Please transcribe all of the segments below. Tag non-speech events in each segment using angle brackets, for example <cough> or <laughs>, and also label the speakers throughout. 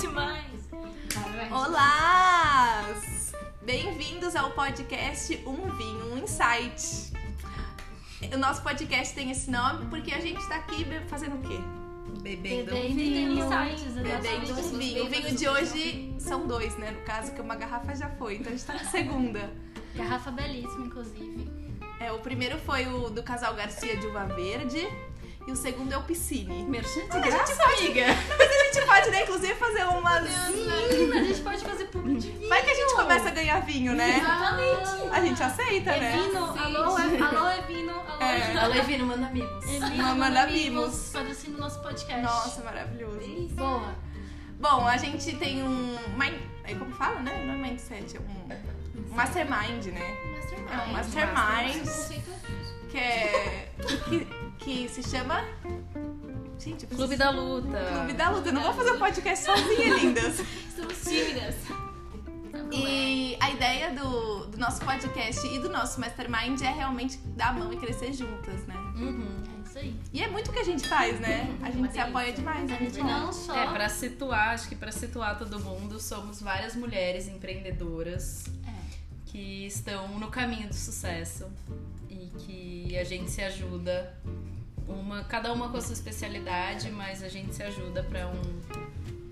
Speaker 1: demais. Vai, vai.
Speaker 2: Olá! Bem-vindos ao podcast Um Vinho, Um Insight. O nosso podcast tem esse nome porque a gente tá aqui be- fazendo o quê?
Speaker 3: Bebendo.
Speaker 1: Bebendo tem insights,
Speaker 2: Bebendo
Speaker 1: exatamente.
Speaker 2: um vinho. O vinho de hoje são dois, né? No caso, que uma garrafa já foi, então a gente tá na segunda.
Speaker 1: Garrafa belíssima, inclusive.
Speaker 2: É, o primeiro foi o do casal Garcia de Uva Verde e o segundo é o Piscine.
Speaker 1: Merchan
Speaker 2: A gente pode,
Speaker 1: amiga.
Speaker 2: mas a gente pode, né, inclusive, fazer umas...
Speaker 1: Menina, a gente pode fazer publi de vinho.
Speaker 2: Vai que a gente começa a ganhar vinho, né?
Speaker 1: Exatamente.
Speaker 2: A gente aceita, né?
Speaker 1: Evino, É alô, Ev- alô, Evino, alô,
Speaker 2: É.
Speaker 1: Evino.
Speaker 3: Alô, Evino, manda amigos.
Speaker 1: Evino,
Speaker 2: Manda
Speaker 1: amigos,
Speaker 2: Vimos.
Speaker 1: Patrocina o nosso podcast.
Speaker 2: Nossa, maravilhoso.
Speaker 1: Boa.
Speaker 2: Bom, a gente tem um. Mind... é Como fala, né? Não é mindset, é um. Mastermind, né?
Speaker 1: Mastermind.
Speaker 2: É um mastermind que é. que, que se chama. Gente, eu preciso-
Speaker 3: Clube da Luta.
Speaker 2: Clube da Luta. Eu não vou fazer um podcast sozinha, lindas.
Speaker 1: Estamos tímidas. Tá
Speaker 2: E a ideia do, do nosso podcast e do nosso mastermind é realmente dar a mão e crescer juntas, né?
Speaker 3: Uhum.
Speaker 1: É isso aí.
Speaker 2: E é muito o que a gente faz, né? A gente se
Speaker 3: delícia.
Speaker 2: apoia demais, né?
Speaker 1: Não só...
Speaker 3: É, pra situar, acho que pra situar todo mundo, somos várias mulheres empreendedoras
Speaker 1: É,
Speaker 3: que estão no caminho do sucesso e que a gente se ajuda, uma, cada uma com a sua especialidade, mas a gente se ajuda pra um,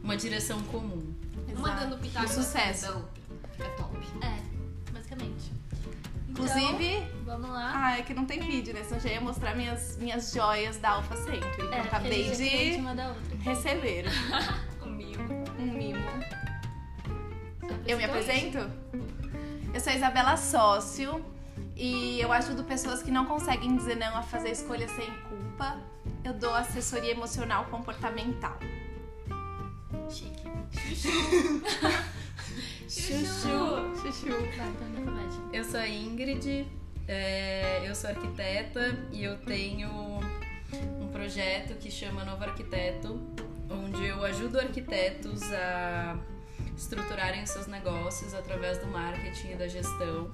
Speaker 3: uma direção comum. Tá?
Speaker 4: Uma
Speaker 2: Exato.
Speaker 4: dando
Speaker 2: E
Speaker 4: pitaco.
Speaker 2: o sucesso.
Speaker 4: É top.
Speaker 1: É, basicamente. Então,
Speaker 2: Inclusive,
Speaker 1: vamos lá.
Speaker 2: Ah, é que não tem vídeo, né? Senão eu já ia mostrar minhas, minhas joias da Alpha Century. que eu
Speaker 1: é, porque a
Speaker 2: acabei
Speaker 1: gente é cliente
Speaker 2: de
Speaker 1: uma da outra.
Speaker 2: receber
Speaker 4: Comigo.
Speaker 2: um mimo.
Speaker 1: Apresenta
Speaker 2: Eu me
Speaker 1: hoje.
Speaker 2: apresento? Eu sou a Isabela Sócio e eu ajudo pessoas que não conseguem dizer não a fazer escolhas sem culpa. Eu dou assessoria emocional comportamental.
Speaker 1: Chique.
Speaker 3: Chuchu!
Speaker 2: Chuchu.
Speaker 1: Vai, tá, Tânia, vai.
Speaker 3: Eu sou a Ingrid, é, eu sou arquiteta e eu tenho um projeto que chama Novo Arquiteto, onde eu ajudo arquitetos a estruturarem os seus negócios através do marketing e da gestão,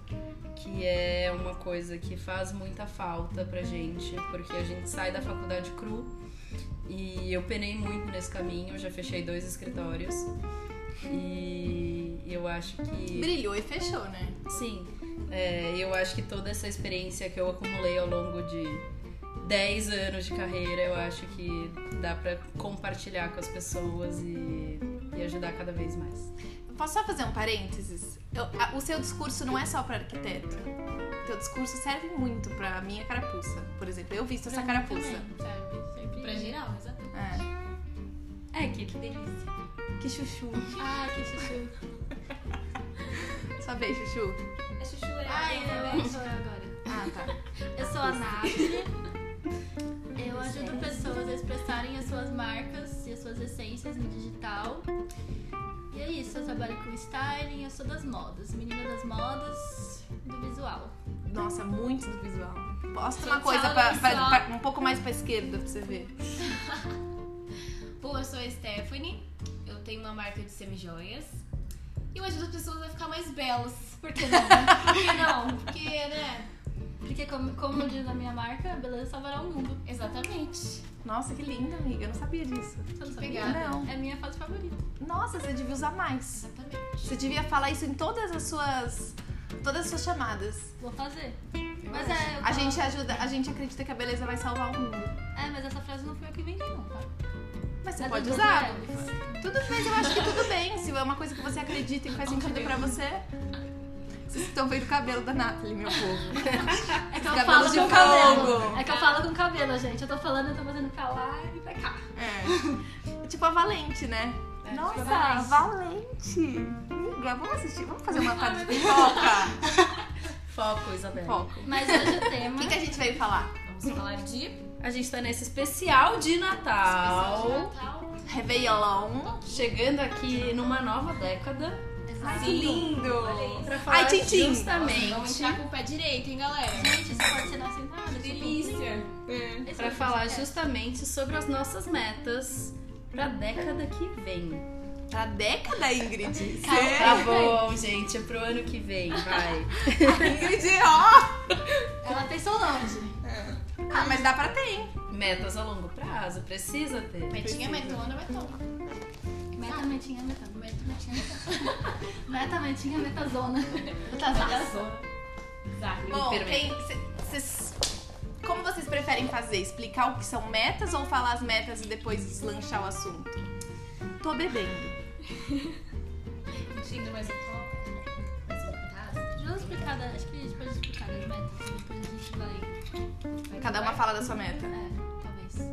Speaker 3: que é uma coisa que faz muita falta pra gente, porque a gente sai da faculdade cru e eu penei muito nesse caminho, eu já fechei dois escritórios e eu acho que
Speaker 2: Brilhou e fechou, né?
Speaker 3: Sim, é, eu acho que toda essa experiência que eu acumulei ao longo de 10 anos de carreira, eu acho que dá pra compartilhar com as pessoas e, e ajudar cada vez mais.
Speaker 2: Eu Posso só fazer um parênteses? Eu- a- o seu discurso não é só para arquiteto. O teu discurso serve muito para minha carapuça. Por exemplo, eu visto essa carapuça.
Speaker 1: Também, sabe? Sempre-
Speaker 4: Pra geral, exatamente.
Speaker 2: É.
Speaker 3: É que
Speaker 4: Que delícia.
Speaker 2: Que chuchu.
Speaker 1: Ah, que chuchu.
Speaker 2: Só vez, chuchu.
Speaker 4: É chuchu, é
Speaker 1: Ai,
Speaker 4: né?
Speaker 1: eu sou eu agora.
Speaker 2: Ah, tá.
Speaker 1: Eu sou a <laughs> Nádia. Eu ajudo pessoas a expressarem as suas marcas e as suas essências no digital. E é isso, eu trabalho com styling, eu sou das modas, menina das modas, do visual.
Speaker 2: Nossa, muito do visual. Posta uma
Speaker 4: Tchau,
Speaker 2: coisa pra, pra-
Speaker 4: visual.
Speaker 2: pra- um pouco mais pra esquerda pra você ver.
Speaker 4: Bom, eu sou a Stephanie. Eu tenho uma marca de semijoias. E eu ajudo as pessoas a ficar mais belas. Por que
Speaker 1: <laughs>
Speaker 4: não? Por que não? Porque, né?
Speaker 1: Porque como, como diz a minha marca, a beleza salvará o mundo.
Speaker 4: Exatamente.
Speaker 2: Nossa, que linda, amiga. Eu não sabia disso.
Speaker 1: Você não sabia?
Speaker 4: Obrigada.
Speaker 2: Não.
Speaker 1: É a minha fase favorita.
Speaker 2: Nossa, você devia usar mais.
Speaker 4: Exatamente.
Speaker 2: Você devia falar isso em todas as suas. Todas as suas chamadas.
Speaker 1: Vou fazer.
Speaker 2: Eu
Speaker 1: Mas
Speaker 2: acho.
Speaker 1: é, eu
Speaker 2: A
Speaker 1: falo-
Speaker 2: gente ajuda, a gente acredita que a beleza vai salvar o mundo.
Speaker 1: É, mas essa frase não foi eu que inventei, não, tá?
Speaker 2: Mas você
Speaker 1: É do
Speaker 2: pode
Speaker 1: José
Speaker 2: usar.
Speaker 1: Elvis.
Speaker 2: Tudo bem, eu acho que tudo bem. Se é uma coisa que você acredita e faz sentido pra você. Vocês estão vendo o cabelo da Nathalie, meu povo.
Speaker 1: É que eu
Speaker 2: Cabelo
Speaker 1: falo
Speaker 2: de
Speaker 1: com o
Speaker 2: fogo.
Speaker 1: cabelo. É que eu falo com o cabelo, gente. Eu tô falando, eu tô fazendo calar e vai cá.
Speaker 2: É. tipo a Valente, né?
Speaker 3: É,
Speaker 2: Nossa,
Speaker 1: tipo a
Speaker 2: Valente! Amiga, vamos assistir, vamos fazer uma tarde de pipoca.
Speaker 3: foco, Isabela.
Speaker 2: Foco.
Speaker 1: Mas hoje o tema.
Speaker 2: O que, que a gente veio falar?
Speaker 4: Vamos falar de
Speaker 3: A gente tá nesse especial de
Speaker 1: é
Speaker 3: Natal,
Speaker 4: especial de Natal.
Speaker 2: Réveillon.
Speaker 3: chegando aqui numa nova década
Speaker 2: Ai, que
Speaker 4: Sim.
Speaker 2: lindo!
Speaker 4: Olha isso.
Speaker 3: pra falar
Speaker 2: Ai, Tintim.
Speaker 4: Vamos
Speaker 3: justamente
Speaker 4: entrar com o pé direito, hein, galera?
Speaker 1: Gente, isso pode ser nossa entrada. isso
Speaker 4: Delícia.
Speaker 1: é- esse é
Speaker 3: para
Speaker 1: o
Speaker 3: falar
Speaker 1: podcast.
Speaker 3: justamente sobre as nossas metas pra década que vem.
Speaker 2: Pra década, Ingrid.
Speaker 3: Tá
Speaker 2: Cê...
Speaker 3: bom, gente, é pro ano que vem, vai.
Speaker 2: é Ingrid, ó!
Speaker 1: Ela pensou longe.
Speaker 2: Ah, mas dá pra ter, hein?
Speaker 3: Metas a longo prazo, precisa ter.
Speaker 4: Metinha, metona, metona.
Speaker 1: Meta,
Speaker 4: Sabe?
Speaker 1: Metametinha, meta, metametinha, metametinha, metazona. Metazaço.
Speaker 4: Exato.
Speaker 2: Bom,
Speaker 3: Primeiro
Speaker 2: tem, cê- cês- como vocês preferem fazer? Explicar o que são metas ou falar as metas e depois deslanchar o assunto? Tô bebendo.
Speaker 4: Tinha mais um copo. Mais um pedaço.
Speaker 1: Vamos explicar, da- acho que a gente pode explicar das metas, depois a gente vai. vai
Speaker 2: Cada uma
Speaker 1: vai-
Speaker 2: fala da sua meta.
Speaker 1: É, talvez.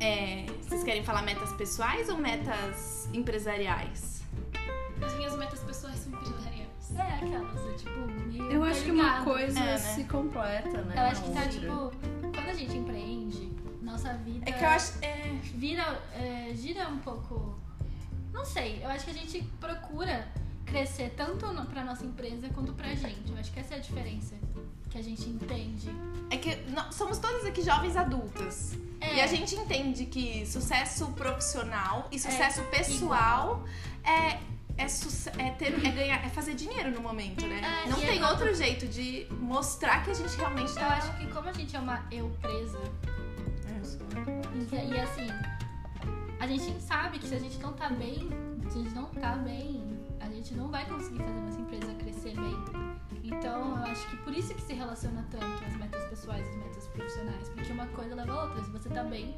Speaker 2: É, vocês querem falar metas pessoais ou metas empresariais?
Speaker 4: As minhas metas pessoais são empresariais.
Speaker 1: É, aquelas, é, tipo, meio
Speaker 3: Eu acho que uma
Speaker 1: interligado.
Speaker 3: coisa
Speaker 2: É, né?
Speaker 3: se completa, né?
Speaker 1: Eu acho
Speaker 3: na
Speaker 1: que tá,
Speaker 3: outra.
Speaker 1: tipo, quando a gente empreende, nossa vida
Speaker 2: É que eu acho. é,
Speaker 1: vira, é, gira um pouco. Não sei, eu acho que a gente procura crescer tanto no, pra nossa empresa quanto pra gente. Eu acho que essa é a diferença que a gente entende.
Speaker 2: é que nó- somos todas aqui jovens adultas.
Speaker 1: É,
Speaker 2: E a gente entende que sucesso profissional
Speaker 1: É
Speaker 2: e sucesso pessoal é, é, suce- é ter, é, ganhar, é fazer dinheiro no momento, né?
Speaker 1: É,
Speaker 2: Não
Speaker 1: e
Speaker 2: tem
Speaker 1: é-
Speaker 2: outro jeito de mostrar que a gente realmente
Speaker 1: então, eu
Speaker 2: tá.
Speaker 1: acho que como a gente é uma eu presa, E, e assim, a gente sabe que se a gente não tá bem, se a gente não tá bem, a gente não vai conseguir fazer nossa empresa crescer bem. Então eu acho que por isso que se relaciona tanto as metas pessoais e as metas profissionais, porque uma coisa leva a outra. Se você tá bem,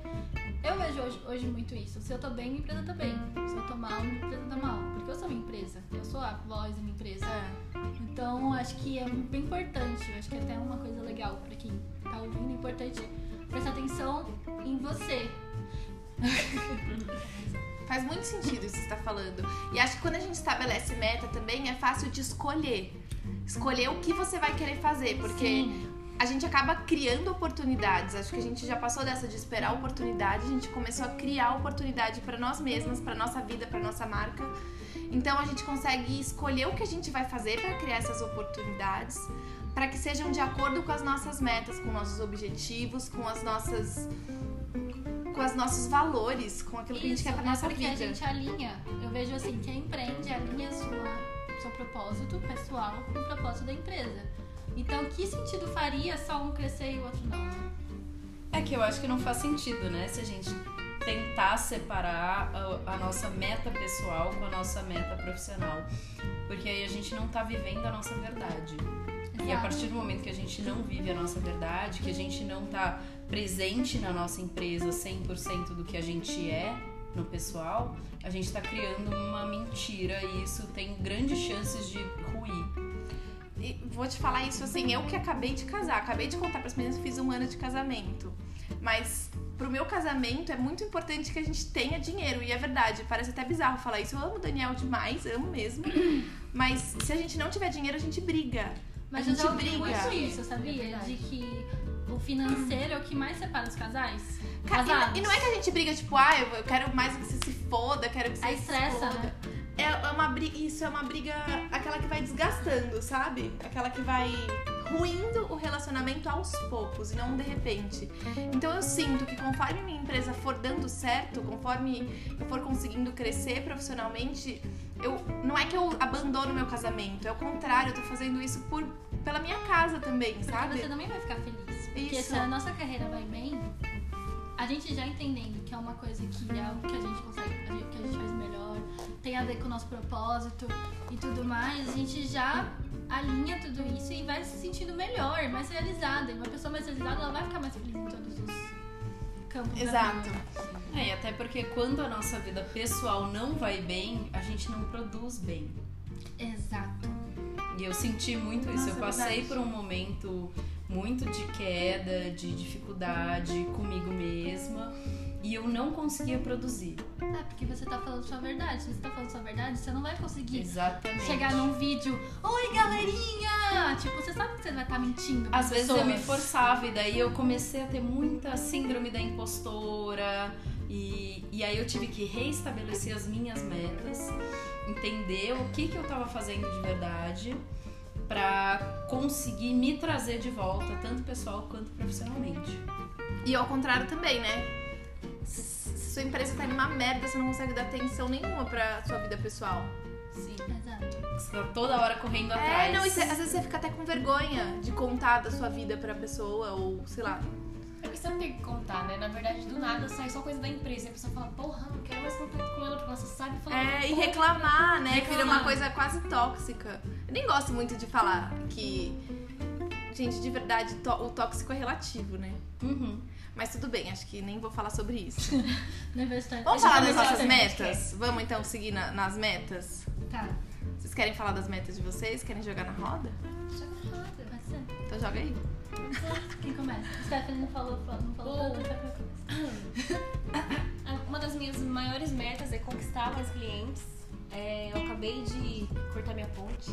Speaker 1: eu vejo hoje, hoje muito isso. Se eu tô bem, minha empresa tá bem. Se eu tô mal, minha empresa tá mal. Porque eu sou minha empresa, eu sou a voz da minha empresa.
Speaker 2: É.
Speaker 1: Então acho que é bem importante, acho que é até uma coisa legal pra quem tá ouvindo, é importante prestar atenção em você.
Speaker 2: Faz muito sentido isso que você tá falando. E acho que quando a gente estabelece meta também é fácil de escolher. Escolher o que você vai querer fazer, porque
Speaker 1: Sim.
Speaker 2: a gente acaba criando oportunidades. Acho que a gente já passou dessa de esperar oportunidade, a gente começou a criar oportunidade para nós mesmas, para nossa vida, para nossa marca. Então a gente consegue escolher o que a gente vai fazer para criar essas oportunidades, para que sejam de acordo com as nossas metas, com nossos objetivos, com as nossas com os nossos valores, com aquilo que a gente
Speaker 1: Isso,
Speaker 2: quer para
Speaker 1: é
Speaker 2: nossa
Speaker 1: porque
Speaker 2: vida.
Speaker 1: a gente alinha. Eu vejo assim, quem empreende alinha sua, seu propósito pessoal com o propósito da empresa. Então, que sentido faria só um crescer e o outro não?
Speaker 3: É que eu acho que não faz sentido, né? Se a gente tentar separar a, a nossa meta pessoal com a nossa meta profissional. Porque aí a gente não tá vivendo a nossa verdade. E
Speaker 2: é
Speaker 3: a
Speaker 1: Exato.
Speaker 3: partir do momento que a gente não vive a nossa verdade, que a gente não tá presente na nossa empresa 100% do que a gente é no pessoal, a gente tá criando uma mentira e isso tem grandes chances de ruir.
Speaker 2: E vou te falar isso assim, eu que acabei de casar, acabei de contar para as meninas que fiz um ano de casamento. Mas pro meu casamento é muito importante que a gente tenha dinheiro, e é verdade, parece até bizarro falar isso. Eu amo o Daniel demais, amo mesmo. Mas se a gente não tiver dinheiro, a gente briga.
Speaker 1: Mas
Speaker 2: A
Speaker 1: eu
Speaker 2: gente
Speaker 1: já ouvi
Speaker 2: briga. É
Speaker 1: muito isso, sabia?
Speaker 3: verdade.
Speaker 1: De que o financeiro é o que mais separa os casais.
Speaker 2: Ca- e-
Speaker 1: Casados.
Speaker 2: E não é que a gente briga tipo, ah, eu eu quero mais que você se foda, quero que você
Speaker 1: Aí
Speaker 2: se
Speaker 1: estressa,
Speaker 2: foda.
Speaker 1: né?
Speaker 2: É é uma briga, isso é uma briga, aquela que vai desgastando, sabe? Aquela que vai ruindo o relacionamento aos poucos e não de repente. Então eu sinto que conforme minha empresa for dando certo, conforme eu for conseguindo crescer profissionalmente, eu não é que eu abandono meu casamento, é o contrário, eu tô fazendo isso por pela minha casa também,
Speaker 1: Porque
Speaker 2: sabe?
Speaker 1: você também vai ficar feliz. Porque
Speaker 2: Isso.
Speaker 1: se a nossa carreira vai bem, a gente já entendendo que é uma coisa que é algo que a gente consegue, a gente- que a gente faz melhor, tem a ver com o nosso propósito e tudo mais, a gente já alinha tudo isso e vai se sentindo melhor, mais realizada. E uma pessoa mais realizada, ela vai ficar mais feliz em todos os campos. da
Speaker 2: Exato.
Speaker 1: vida.
Speaker 3: É, e até porque quando a nossa vida pessoal não vai bem, a gente não produz bem.
Speaker 1: Exato.
Speaker 3: E eu senti muito isso.
Speaker 2: Nossa,
Speaker 3: eu
Speaker 2: é
Speaker 3: passei
Speaker 2: verdade.
Speaker 3: por um momento muito de queda, de dificuldade comigo mesma. E eu não conseguia produzir.
Speaker 1: É porque você tá falando sua verdade. Se você tá falando sua verdade, você não vai conseguir
Speaker 3: Exatamente.
Speaker 1: chegar num vídeo, oi galerinha! Tipo, você sabe que você vai estar mentindo. pra
Speaker 3: Às vezes eu me
Speaker 1: pessoas.
Speaker 3: forçava e daí eu comecei a ter muita síndrome da impostora. E, e aí eu tive que reestabelecer as minhas metas, entender o que, que eu tava fazendo de verdade pra conseguir me trazer de volta, tanto pessoal quanto profissionalmente.
Speaker 2: E ao contrário também, né? Se sua empresa tá numa merda, você não consegue dar atenção nenhuma pra sua vida pessoal.
Speaker 3: Sim.
Speaker 1: Exato.
Speaker 3: Você tá toda hora correndo
Speaker 2: É,
Speaker 3: atrás.
Speaker 2: não, e cê- às vezes você fica até com vergonha de contar da sua vida pra pessoa, ou sei lá.
Speaker 4: É porque você não tem o que contar, né? Na verdade, do nada sai só coisa da empresa. E a pessoa fala, porra, não quero mais contato com ela, porque ela só sabe falar.
Speaker 2: É, e
Speaker 4: porra.
Speaker 2: reclamar, né? Vira uma
Speaker 4: Reclamar.
Speaker 2: coisa quase tóxica. Eu nem gosto muito de falar que. Gente, de verdade, tó- o tóxico é relativo, né?
Speaker 3: Uhum.
Speaker 2: Mas tudo bem, acho que nem vou falar sobre isso.
Speaker 1: Universidade.
Speaker 2: Vamos falar das nossas
Speaker 1: Universidade.
Speaker 2: metas? Vamos então seguir na- nas metas?
Speaker 4: Tá.
Speaker 2: Vocês querem falar das metas de vocês? Querem jogar na roda?
Speaker 1: Pode ser.
Speaker 2: Então joga aí.
Speaker 1: Quem começa? Stephanie não falou, não falou tá
Speaker 4: Boa.
Speaker 1: nada, Stephanie começa.
Speaker 4: Uma das minhas maiores metas é conquistar mais clientes. É, eu acabei de cortar minha ponte.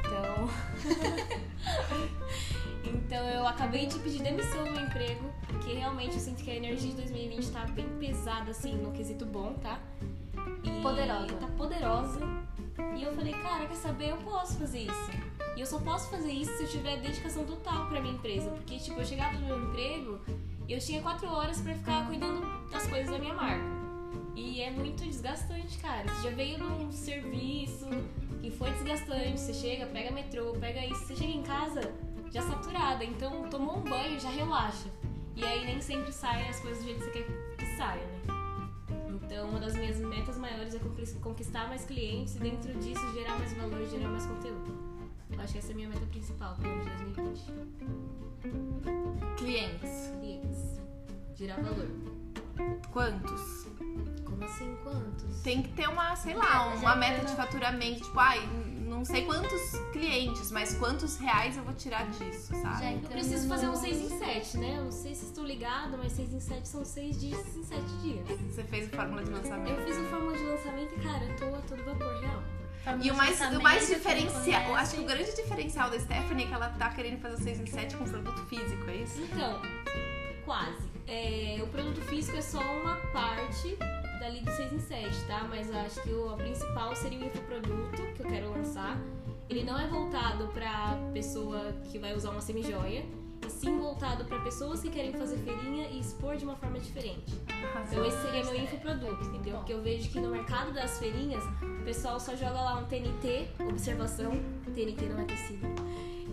Speaker 4: Então. <laughs> então eu acabei de pedir demissão do meu emprego, porque realmente eu sinto que a energia de 2020 tá bem pesada, assim, no quesito bom, tá? E
Speaker 1: Poderosa.
Speaker 4: Tá poderosa. E eu falei, cara, quer saber? Eu posso fazer isso. E eu só posso fazer isso se eu tiver dedicação total pra minha empresa. Porque, tipo, eu chegava no meu emprego e eu tinha quatro horas pra ficar cuidando das coisas da minha marca. E é muito desgastante, cara. Você já veio num serviço que foi desgastante. Você chega, pega metrô, pega isso. Você chega em casa já saturada. Então, tomou um banho, já relaxa. E aí nem sempre saem as coisas do jeito que você quer que saia, né? Então, uma das minhas metas maiores é conquis- conquistar mais clientes e, dentro disso, gerar mais valor, gerar mais conteúdo. Eu acho que essa é a minha meta principal para o ano de 2020.
Speaker 2: Clientes.
Speaker 4: Clientes. é Gerar valor.
Speaker 2: Quantos?
Speaker 4: Como assim? Quantos?
Speaker 2: Tem que ter uma, sei lá,
Speaker 1: Mas
Speaker 2: uma
Speaker 1: é
Speaker 2: meta
Speaker 1: pela-
Speaker 2: de faturamento. Tipo, ai, não sei quantos clientes, mas quantos reais eu vou tirar disso, sabe?
Speaker 1: Já então tá
Speaker 4: Eu
Speaker 1: entrando
Speaker 4: preciso fazer um
Speaker 1: no-
Speaker 4: 6 em 7, né? Eu não sei se estou ligado, mas 6 em 7 são 6 dias em 7 dias.
Speaker 2: Você fez a fórmula de lançamento.
Speaker 4: Eu fiz o fórmula de lançamento e, cara, eu tô a todo vapor, real.
Speaker 2: E o mais,
Speaker 1: tá
Speaker 2: o mais
Speaker 1: Também,
Speaker 2: diferencial, eu acho que o
Speaker 1: conhece.
Speaker 2: grande diferencial da Stephanie é que ela tá querendo fazer o 6 em 7 com produto físico, é isso?
Speaker 4: Então, quase. É, o produto físico é só uma parte dali do 6 em 7, tá? Mas eu acho que o a principal seria o infoproduto que eu quero lançar. Ele não é voltado pra pessoa que vai usar uma semijoia, e sim voltado pra pessoas que querem fazer feirinha e expor de uma forma diferente. Então esse seria meu infoproduto, entendeu? Porque eu vejo que no mercado das feirinhas, o pessoal só joga lá um TNT, observação, TNT não é tecido. <laughs>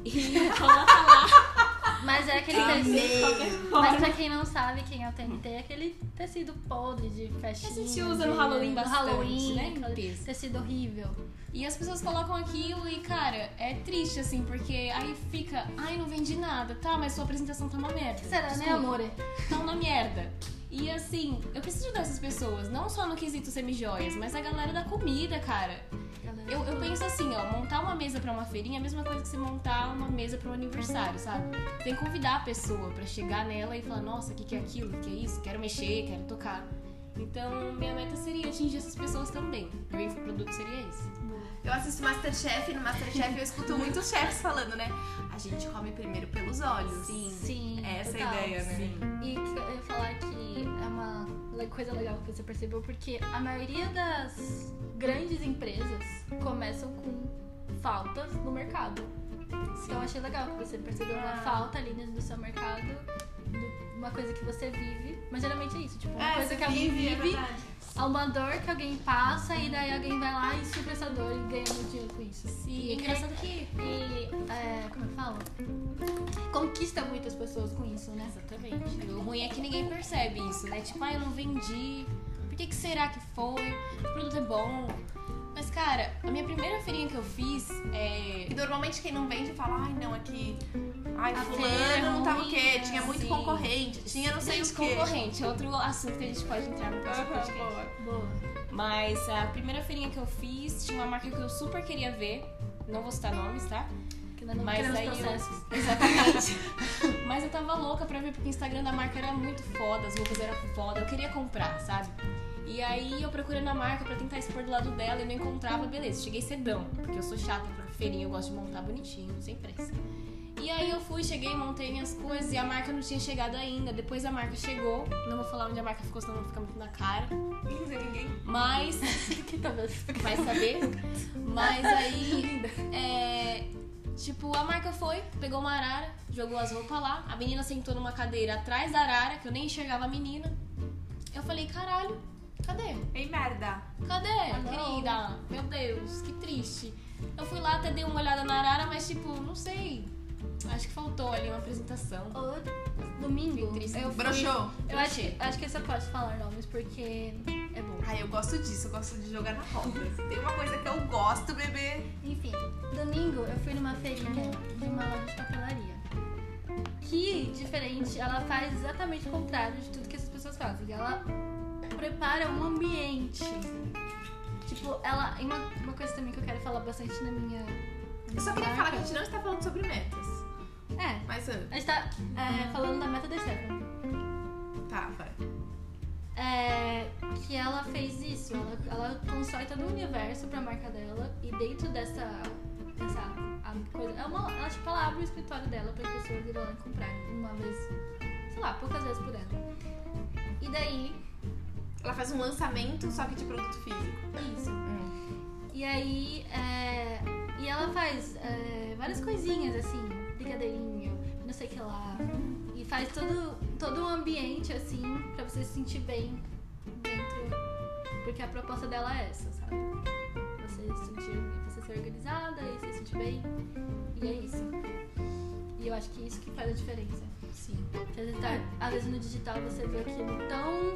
Speaker 4: E coloca lá
Speaker 1: Mas é aquele
Speaker 4: de
Speaker 1: tecido.
Speaker 4: qualquer
Speaker 2: é?
Speaker 1: Mas
Speaker 4: forma.
Speaker 1: pra quem não sabe quem é o TNT, é aquele tecido podre de
Speaker 4: A
Speaker 1: festinha.
Speaker 4: gente usa no
Speaker 1: de-
Speaker 4: Halloween
Speaker 1: no
Speaker 4: bastante,
Speaker 1: Halloween,
Speaker 4: né?
Speaker 1: aquele
Speaker 4: Limpeza.
Speaker 1: Tecido horrível.
Speaker 4: E as pessoas colocam aquilo e, cara, é triste, assim, porque aí fica, ai, não vendi nada, tá, mas sua apresentação tá uma merda.
Speaker 1: Será, né,
Speaker 4: Desculpa,
Speaker 1: amor?
Speaker 4: Tá uma merda. E assim, eu preciso dessas pessoas, não só no quesito semijoias, mas a galera da comida, cara.
Speaker 1: Galera,
Speaker 4: Eu, eu penso assim, ó, montar uma mesa pra uma feirinha é a mesma coisa que você montar uma mesa pra um aniversário, sabe? Você tem que convidar a pessoa pra chegar nela e falar, nossa, o que, que é aquilo? O que é isso? Quero mexer, quero tocar. Então, minha meta seria atingir essas pessoas também. Meu infoproduto seria esse.
Speaker 2: Eu assisto Masterchef e no Masterchef eu escuto muitos chefs falando, né? A gente come primeiro pelos olhos.
Speaker 1: Sim.
Speaker 2: Essa é a
Speaker 1: total.
Speaker 2: ideia, né?
Speaker 1: E que eu ia falar que é uma le- coisa legal que você percebeu, porque a maioria das grandes empresas começam com faltas no mercado. Então eu achei legal que você percebeu uma
Speaker 2: Ah.
Speaker 1: falta ali dentro do seu mercado, do- uma coisa que você vive. Mas geralmente é isso, tipo, uma
Speaker 2: É,
Speaker 1: coisa
Speaker 2: você
Speaker 1: que alguém
Speaker 2: vive, é
Speaker 1: vive,
Speaker 2: verdade.
Speaker 1: há uma dor que alguém passa e daí alguém vai lá e supra essa dor e ganha muito dinheiro com isso.
Speaker 4: E é engraçado que.
Speaker 1: E, é, como eu falo? Conquista muitas pessoas com isso, né?
Speaker 4: Exatamente. O ruim é que ninguém percebe isso, né? Tipo, ah, eu não vendi. Por que, que será que foi? O produto é bom. Mas, cara, a minha primeira feirinha que eu fiz é.
Speaker 2: E normalmente quem não vende fala, ai não, aqui. Ai,
Speaker 1: A feira é
Speaker 2: fulano não tava o quê?
Speaker 1: ruim,
Speaker 2: Tinha muito
Speaker 4: sim.
Speaker 2: concorrente, tinha não sei
Speaker 4: Gente,
Speaker 2: o quê.
Speaker 4: concorrente, é outro assunto que a gente pode entrar no próximo
Speaker 2: Aham,
Speaker 4: podcast.
Speaker 2: boa.
Speaker 1: Boa.
Speaker 4: Mas a primeira feirinha que eu fiz tinha uma marca que eu super queria ver. Não vou citar nomes, tá?
Speaker 1: Que nós não
Speaker 4: Mas
Speaker 1: queremos
Speaker 4: aí eu-
Speaker 1: processos.
Speaker 4: Exatamente. Mas eu tava louca pra ver porque o Instagram da marca era muito foda, as roupas eram foda, eu queria comprar, sabe? E aí eu procurando a marca pra tentar expor do lado dela e não encontrava, beleza, cheguei cedão, porque eu sou chata pra feirinha, eu gosto de montar bonitinho, sem pressa. E aí eu fui, cheguei, montei minhas coisas e a marca não tinha chegado ainda. Depois a marca chegou, não vou falar onde a marca ficou, senão vai ficar muito na cara. Mas
Speaker 1: que talvez.
Speaker 4: vai saber. Mas <laughs> aí, é, tipo, a marca foi, pegou uma arara, jogou as roupas lá. A menina sentou numa cadeira atrás da arara, que eu nem enxergava a menina. Eu falei, caralho, cadê?
Speaker 2: Ei, merda.
Speaker 4: Cadê,
Speaker 1: não.
Speaker 4: querida? Meu Deus, que triste. Eu fui lá, até dei uma olhada na arara, mas tipo, não sei. Acho que faltou ali uma apresentação.
Speaker 1: Ou domingo,
Speaker 4: triste.
Speaker 1: eu fui...
Speaker 2: Broxou.
Speaker 1: Eu acho, acho que eu só posso falar nomes, porque é bom.
Speaker 2: Ai, eu gosto disso, eu gosto de jogar na roda. Se Tem uma coisa que eu gosto, bebê.
Speaker 1: Enfim, domingo eu fui numa feirinha de uma loja de papelaria. Que, diferente, ela faz exatamente o contrário de tudo que essas pessoas fazem. Ela prepara um ambiente. Tipo, ela. e Uma, uma coisa também que eu quero falar bastante na minha.
Speaker 2: Eu só queria falar que a gente não está falando sobre metas.
Speaker 1: É,
Speaker 2: Mas ah,
Speaker 1: a gente tá é, falando da meta da Stephanie.
Speaker 2: tá, vai.
Speaker 1: é, que ela fez isso. Ela, ela constrói todo o universo pra marca dela e dentro dessa. dessa a- coisa, é uma, ela, tipo, ela abre o escritório dela para as pessoas irem lá e comprarem uma vez, sei lá, poucas vezes por ano. E daí,
Speaker 2: Ela faz um lançamento, só que de produto físico.
Speaker 1: isso. E aí, é, e ela faz é, várias coisinhas assim, brigadeirinho, não sei o que lá. E faz todo, todo um ambiente assim, pra você se sentir bem dentro. Porque a proposta dela é essa, sabe? Você se sentir, você ser organizada e se sentir bem. E é isso. E eu acho que é isso que faz a diferença.
Speaker 3: Sim.
Speaker 1: Porque às vezes, tá- às vezes no digital você vê aquilo tão,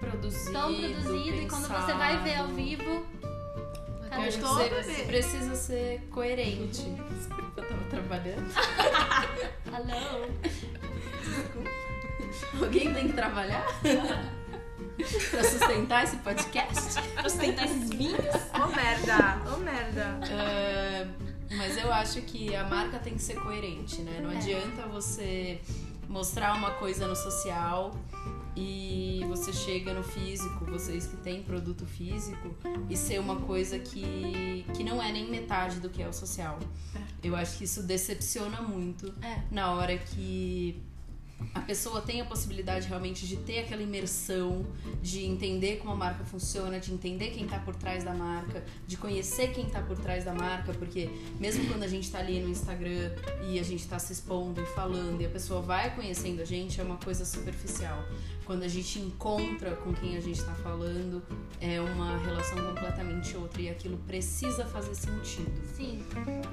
Speaker 3: Produzido.
Speaker 1: tão produzido e quando você vai ver ao vivo,
Speaker 3: Eu
Speaker 1: cadê?
Speaker 3: acho que
Speaker 2: Todo
Speaker 3: você
Speaker 2: bebê.
Speaker 3: precisa ser coerente. Desculpa, eu tava trabalhando.
Speaker 1: Alô?
Speaker 3: Alguém tem que trabalhar? <laughs> pra sustentar esse podcast? pra sustentar esses vinhos?
Speaker 2: Ô merda, ô merda.
Speaker 3: É, mas eu acho que a marca tem que ser coerente, né? Não
Speaker 1: É.
Speaker 3: adianta você mostrar uma coisa no social e você chega no físico, vocês que têm produto físico, e ser uma coisa que, que não é nem metade do que é o social. Eu acho que isso decepciona muito
Speaker 1: É.
Speaker 3: na hora que a pessoa tem a possibilidade realmente de ter aquela imersão, de entender como a marca funciona, de entender quem tá por trás da marca, de conhecer quem tá por trás da marca, porque mesmo quando a gente tá ali no Instagram e a gente tá se expondo e falando e a pessoa vai conhecendo a gente, é uma coisa superficial. Quando a gente encontra com quem a gente tá falando, é uma relação completamente outra e aquilo precisa fazer sentido.
Speaker 1: Sim.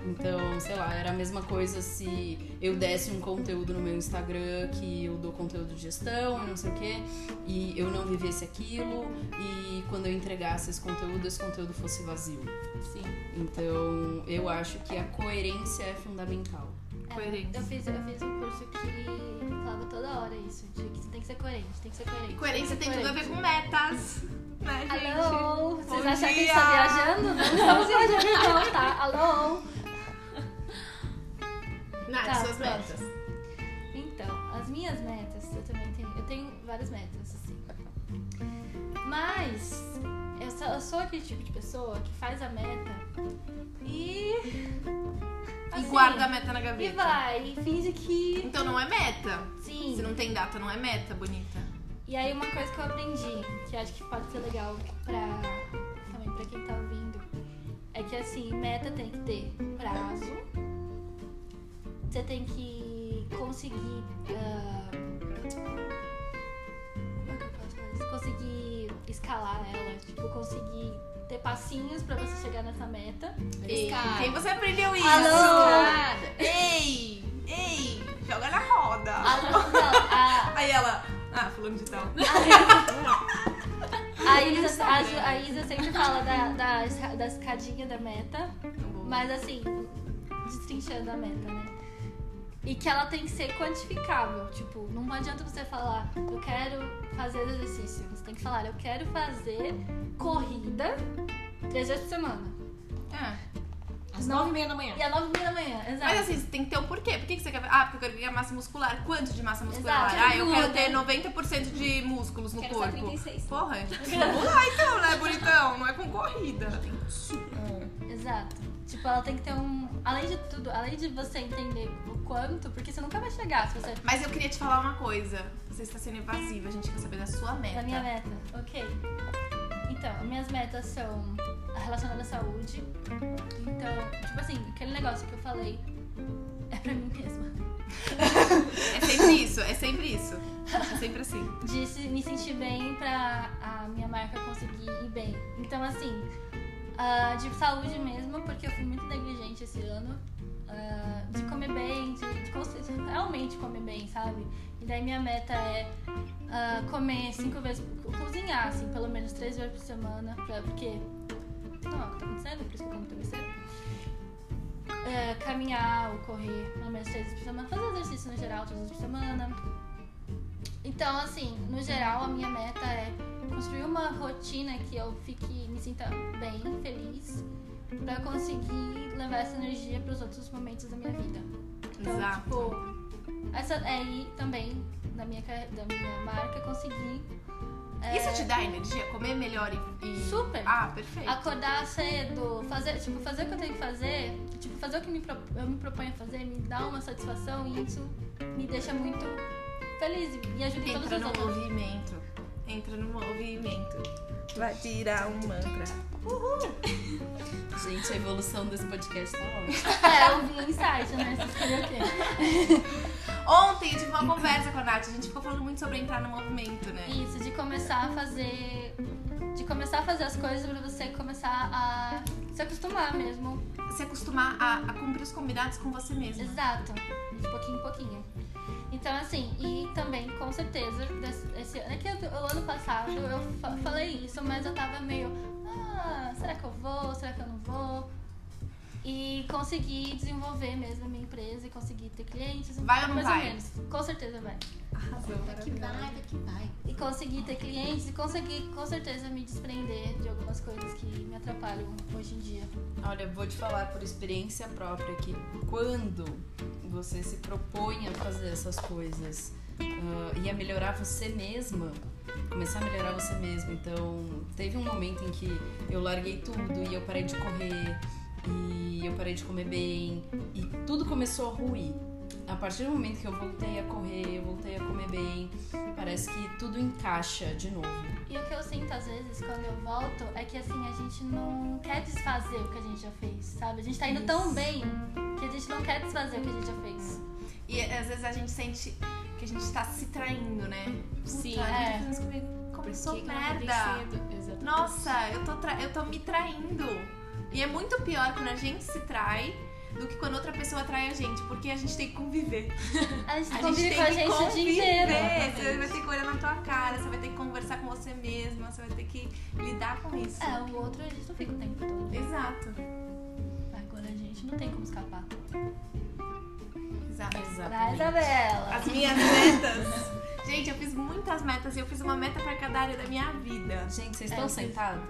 Speaker 3: Então, sei lá, era a mesma coisa se eu desse um conteúdo no meu Instagram que eu dou conteúdo de gestão e não sei o quê, e eu não vivesse aquilo, e quando eu entregasse esse conteúdo, esse conteúdo fosse vazio.
Speaker 1: Sim.
Speaker 3: Então, eu acho que a coerência é fundamental.
Speaker 2: Coerente.
Speaker 1: É, Eu fiz, eu fiz um curso que falava toda hora isso, de que você tem que ser coerente, tem que ser coerente.
Speaker 2: E coerência tem tudo a ver com metas, né, gente?
Speaker 1: Alô? Vocês
Speaker 2: Bom
Speaker 1: acharam que a gente
Speaker 2: dia!
Speaker 1: tá viajando? Não estamos viajando não, tá? Alô?
Speaker 2: Nath,
Speaker 1: Tá,
Speaker 2: suas
Speaker 1: pera.
Speaker 2: metas.
Speaker 1: Então, as minhas metas, eu também tenho. Eu tenho várias metas, assim. Mas eu sou, eu sou aquele tipo de pessoa que faz a meta e.
Speaker 2: e
Speaker 1: assim,
Speaker 2: guarda a meta na
Speaker 1: E
Speaker 2: gaveta.
Speaker 1: vai, e finge que.
Speaker 2: Então não é meta.
Speaker 1: Sim.
Speaker 2: Se não tem data, não é meta, bonita.
Speaker 1: E aí uma coisa que eu aprendi, que eu acho que pode ser legal pra também pra quem tá ouvindo, é que assim, meta tem que ter prazo. Você tem que conseguir. ah, como é que eu posso falar isso? Conseguir escalar ela, tipo, conseguir ter passinhos pra você chegar nessa meta.
Speaker 2: Ei,
Speaker 4: Escada.
Speaker 2: quem você aprendeu isso?
Speaker 1: Alô?
Speaker 4: Cara,
Speaker 2: Ei, ei, joga na roda.
Speaker 1: A- Ah, não, a-
Speaker 2: Aí ela, ah, fulano de tal.
Speaker 1: <laughs> a Isa- a Ju- a Isa sempre fala da, da, esca- da escadinha da meta. Mas assim, destrinchando a meta, né? E que ela tem que ser quantificável. Tipo, não adianta você falar, eu quero fazer exercício. Você tem que falar, eu quero fazer corrida três vezes por semana.
Speaker 2: É.
Speaker 4: às nove e meia da manhã.
Speaker 1: E a nove e meia da manhã,
Speaker 2: Mas
Speaker 1: exato.
Speaker 2: assim, você tem que ter o porquê. Por que que você quer. Ah, porque eu quero ganhar massa muscular. Quanto de massa muscular?
Speaker 1: Exato.
Speaker 2: Ah, eu quero ter 90% de músculos no
Speaker 4: Quero só
Speaker 2: corpo.
Speaker 4: 36.
Speaker 1: <laughs>
Speaker 2: Porra, vamos lá então, né, bonitão? Não é com corrida.
Speaker 1: Exato. Tipo, ela tem que ter um. Além de tudo, além de você entender o quanto, porque você nunca vai chegar se você.
Speaker 2: Mas eu queria te falar uma coisa. Você está sendo evasiva, a gente quer saber da sua meta.
Speaker 1: Da minha meta, ok. Então, as minhas metas são relacionadas à saúde. Então, tipo assim, aquele negócio que eu falei é pra mim mesma.
Speaker 2: É sempre isso, é sempre isso. É sempre assim.
Speaker 1: De se- me sentir bem pra a minha marca conseguir ir bem. Então, assim, ah, de saúde mesmo, porque eu fui muito negligente esse ano. ah, de comer bem, de, de consci- realmente comer bem, sabe? E daí minha meta é ah, comer cinco vezes, co- cozinhar, assim, pelo menos três vezes por semana, pra, porque. Não, o que tá acontecendo, por isso que eu como travesseiro. É, caminhar ou correr pelo menos três vezes por semana, fazer exercício no geral três vezes por semana. Então, assim, no geral, a minha meta é construir uma rotina que eu fique, me sinta bem, feliz, pra eu conseguir levar essa energia pros outros momentos da minha vida. Então,
Speaker 2: Exato.
Speaker 1: tipo, essa é aí também da minha, carre- da minha marca conseguir é
Speaker 2: Isso é te dá energia? Comer melhor e. e-
Speaker 1: Super.
Speaker 2: Ah, perfeito.
Speaker 1: acordar cedo, fazer, tipo, fazer o que eu tenho que fazer, tipo, fazer o que me pro- eu me proponho a fazer, me dá uma satisfação e isso me deixa muito feliz e ajuda em todos
Speaker 2: Entra
Speaker 1: os
Speaker 2: no
Speaker 1: outros.
Speaker 2: movimento. Entra no movimento.
Speaker 3: Vai tirar um mantra. Uhul! Gente, a evolução desse podcast tá ótima.
Speaker 1: É, eu vi um insight, né? Você escolheu o quê?
Speaker 2: Ontem eu tive uma conversa com a Nath, a gente ficou falando muito sobre entrar no movimento, né?
Speaker 1: Isso, de começar a fazer. De começar a fazer as coisas pra você começar a se acostumar mesmo.
Speaker 2: Se acostumar a, a cumprir os combinados com você mesma.
Speaker 1: Exato. De pouquinho em pouquinho. Então, assim, e também, com certeza, desse- esse ano. É que eu- o ano passado eu fa- falei isso, mas eu tava meio. Ah, será que eu vou? Será que eu não vou? E consegui desenvolver mesmo a minha empresa e conseguir ter clientes.
Speaker 2: Vai ou não
Speaker 1: mais
Speaker 2: vai?
Speaker 1: Ou menos. Com certeza vai.
Speaker 4: Tá Que vai, que vai.
Speaker 1: E conseguir ter clientes e conseguir, com certeza, me desprender de algumas coisas que me atrapalham hoje em dia.
Speaker 3: Olha, vou te falar por experiência própria que quando você se propõe a fazer essas coisas ah, e a melhorar você mesma, começar a melhorar você mesma. Então, teve um momento em que eu larguei tudo e eu parei de correr e eu parei de comer bem e tudo começou a ruir. A partir do momento que eu voltei a correr, eu voltei a comer bem, parece que tudo encaixa de novo.
Speaker 1: E o que eu sinto às vezes quando eu volto é que assim, a gente não quer desfazer o que a gente já fez, sabe? A gente tá indo tão bem que a gente não quer desfazer o que a gente já fez.
Speaker 2: E eh, às vezes a gente sente que a gente tá se traindo, né? Puta,
Speaker 4: Sim,
Speaker 2: ninguém
Speaker 1: é. né,
Speaker 2: tá fazendo isso comigo. Começou
Speaker 4: Por que que eu acordei
Speaker 2: merda.
Speaker 4: cedo? Exatamente.
Speaker 2: Nossa, eu tô, tra- eu tô me traindo. E é muito pior quando a gente se trai do que quando outra pessoa trai a gente, porque a gente tem que conviver.
Speaker 1: A gente
Speaker 2: A gente
Speaker 1: convive
Speaker 2: tem
Speaker 1: com a
Speaker 2: que
Speaker 1: gente o dia inteiro.
Speaker 2: conviver. É, Você vai ter que olhar na tua cara, você vai ter que conversar com você mesma, você vai ter que lidar com isso.
Speaker 1: É, o outro a gente não fica o tempo todo.
Speaker 2: Exato,
Speaker 1: Agora a gente não tem como escapar.
Speaker 2: exato.
Speaker 1: Vai, Isabela!
Speaker 2: Tá As minhas metas. Gente, eu fiz muitas metas e eu fiz uma meta pra cada área da minha vida.
Speaker 3: Gente, vocês estão sentados?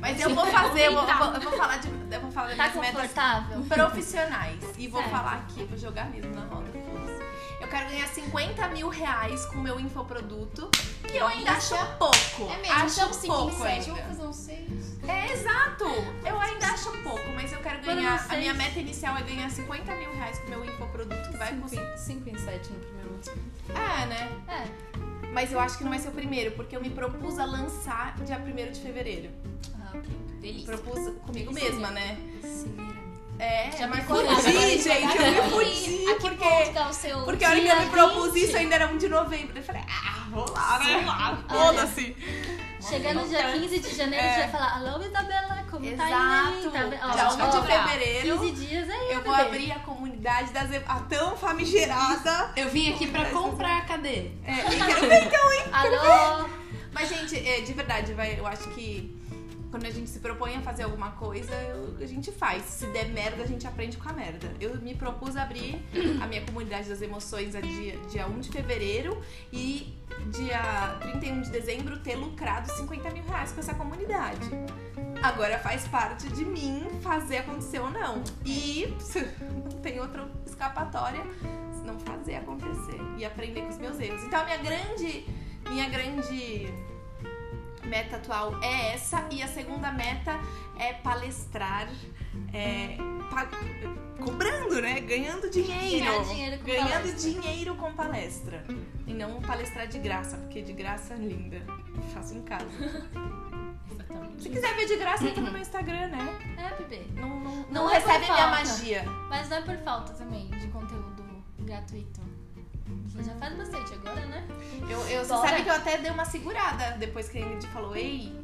Speaker 2: Mas eu vou fazer, eu vou, eu vou- eu vou falar de, eu vou falar das
Speaker 1: Tá
Speaker 2: minhas metas
Speaker 1: confortável?
Speaker 2: profissionais. E vou
Speaker 1: Certo.
Speaker 2: falar aqui, vou jogar mesmo na roda. foda-se. Eu quero ganhar 50 mil reais com o meu infoproduto. E eu ainda acho pouco.
Speaker 4: É mesmo,
Speaker 2: acho
Speaker 4: então, se
Speaker 2: pouco
Speaker 4: 27, vamos
Speaker 2: ainda.
Speaker 4: fazer um 6.
Speaker 2: É exato. Eu ainda acho pouco, mas eu quero
Speaker 1: Bora
Speaker 2: ganhar.
Speaker 1: no
Speaker 2: A minha
Speaker 1: seis.
Speaker 2: meta inicial é ganhar 50 mil reais com o meu infoproduto que vai custar.
Speaker 3: 5 em né, 7 no primeiro
Speaker 2: É, né?
Speaker 1: É.
Speaker 2: Mas eu acho que não vai ser o primeiro, porque eu me propus a lançar dia 1 de fevereiro.
Speaker 1: Ah, ok.
Speaker 4: Delícia.
Speaker 2: Propus comigo mesma, né?
Speaker 3: Segura-me.
Speaker 2: É,
Speaker 4: Já
Speaker 2: eu me
Speaker 4: marcou nada, agora a
Speaker 2: fudi,
Speaker 4: gente vai
Speaker 2: gente.
Speaker 4: dar
Speaker 2: Eu me
Speaker 4: aqui.
Speaker 2: fudi.
Speaker 4: Aqui
Speaker 2: Porque,
Speaker 1: é
Speaker 4: Portugal, seu
Speaker 2: porque a hora que
Speaker 4: dia
Speaker 2: eu me propus
Speaker 4: 20.
Speaker 2: isso ainda era 1 de novembro. Eu falei, ah, vou lá, né? Vou lá, foda-se.
Speaker 1: Chegando dia 15 de janeiro, a gente vai falar Alô, Isabela, como tá indo?
Speaker 2: É. Exato.
Speaker 1: aí? Tá bem? Ó,
Speaker 2: Já 1
Speaker 1: ó,
Speaker 2: de fevereiro,
Speaker 1: 15 dias é aí,
Speaker 2: eu vou
Speaker 1: bebê.
Speaker 2: abrir a comunidade da Ze- a tão famigerada.
Speaker 3: Eu vim aqui pra comprar, cadê?
Speaker 2: É, e quero ver então, hein?
Speaker 1: Alô!
Speaker 2: <laughs> Mas, gente, é, de verdade, vai, eu acho que quando a gente se propõe a fazer alguma coisa, eu- a gente faz. Se der merda, a gente aprende com a merda. Eu me propus abrir a minha comunidade das emoções a dia, dia 1 de fevereiro e dia 31 de dezembro ter lucrado 50 mil reais com essa comunidade. Agora faz parte de mim fazer acontecer ou não. E não tem outra escapatória se não fazer acontecer e aprender com os meus erros. Então a minha grande minha grande meta atual é essa e a segunda meta é palestrar, é, pa- cobrando, né? Ganhando dinheiro.
Speaker 1: Ganhar dinheiro com
Speaker 2: ganhando
Speaker 1: palestra.
Speaker 2: dinheiro com palestra. E não palestrar de graça, porque de graça é linda. Faço em casa. Se quiser ver de graça, entra no meu Instagram, né?
Speaker 1: É, bebê.
Speaker 2: Não, não, não,
Speaker 1: Não é
Speaker 2: recebe
Speaker 1: por
Speaker 2: a minha
Speaker 1: falta.
Speaker 2: magia.
Speaker 1: Mas não é por falta também de conteúdo gratuito. Você já faz bastante agora, né?
Speaker 2: Eu, eu, você
Speaker 1: Bora.
Speaker 2: sabe que eu até dei uma segurada depois que a Ingrid falou, ei,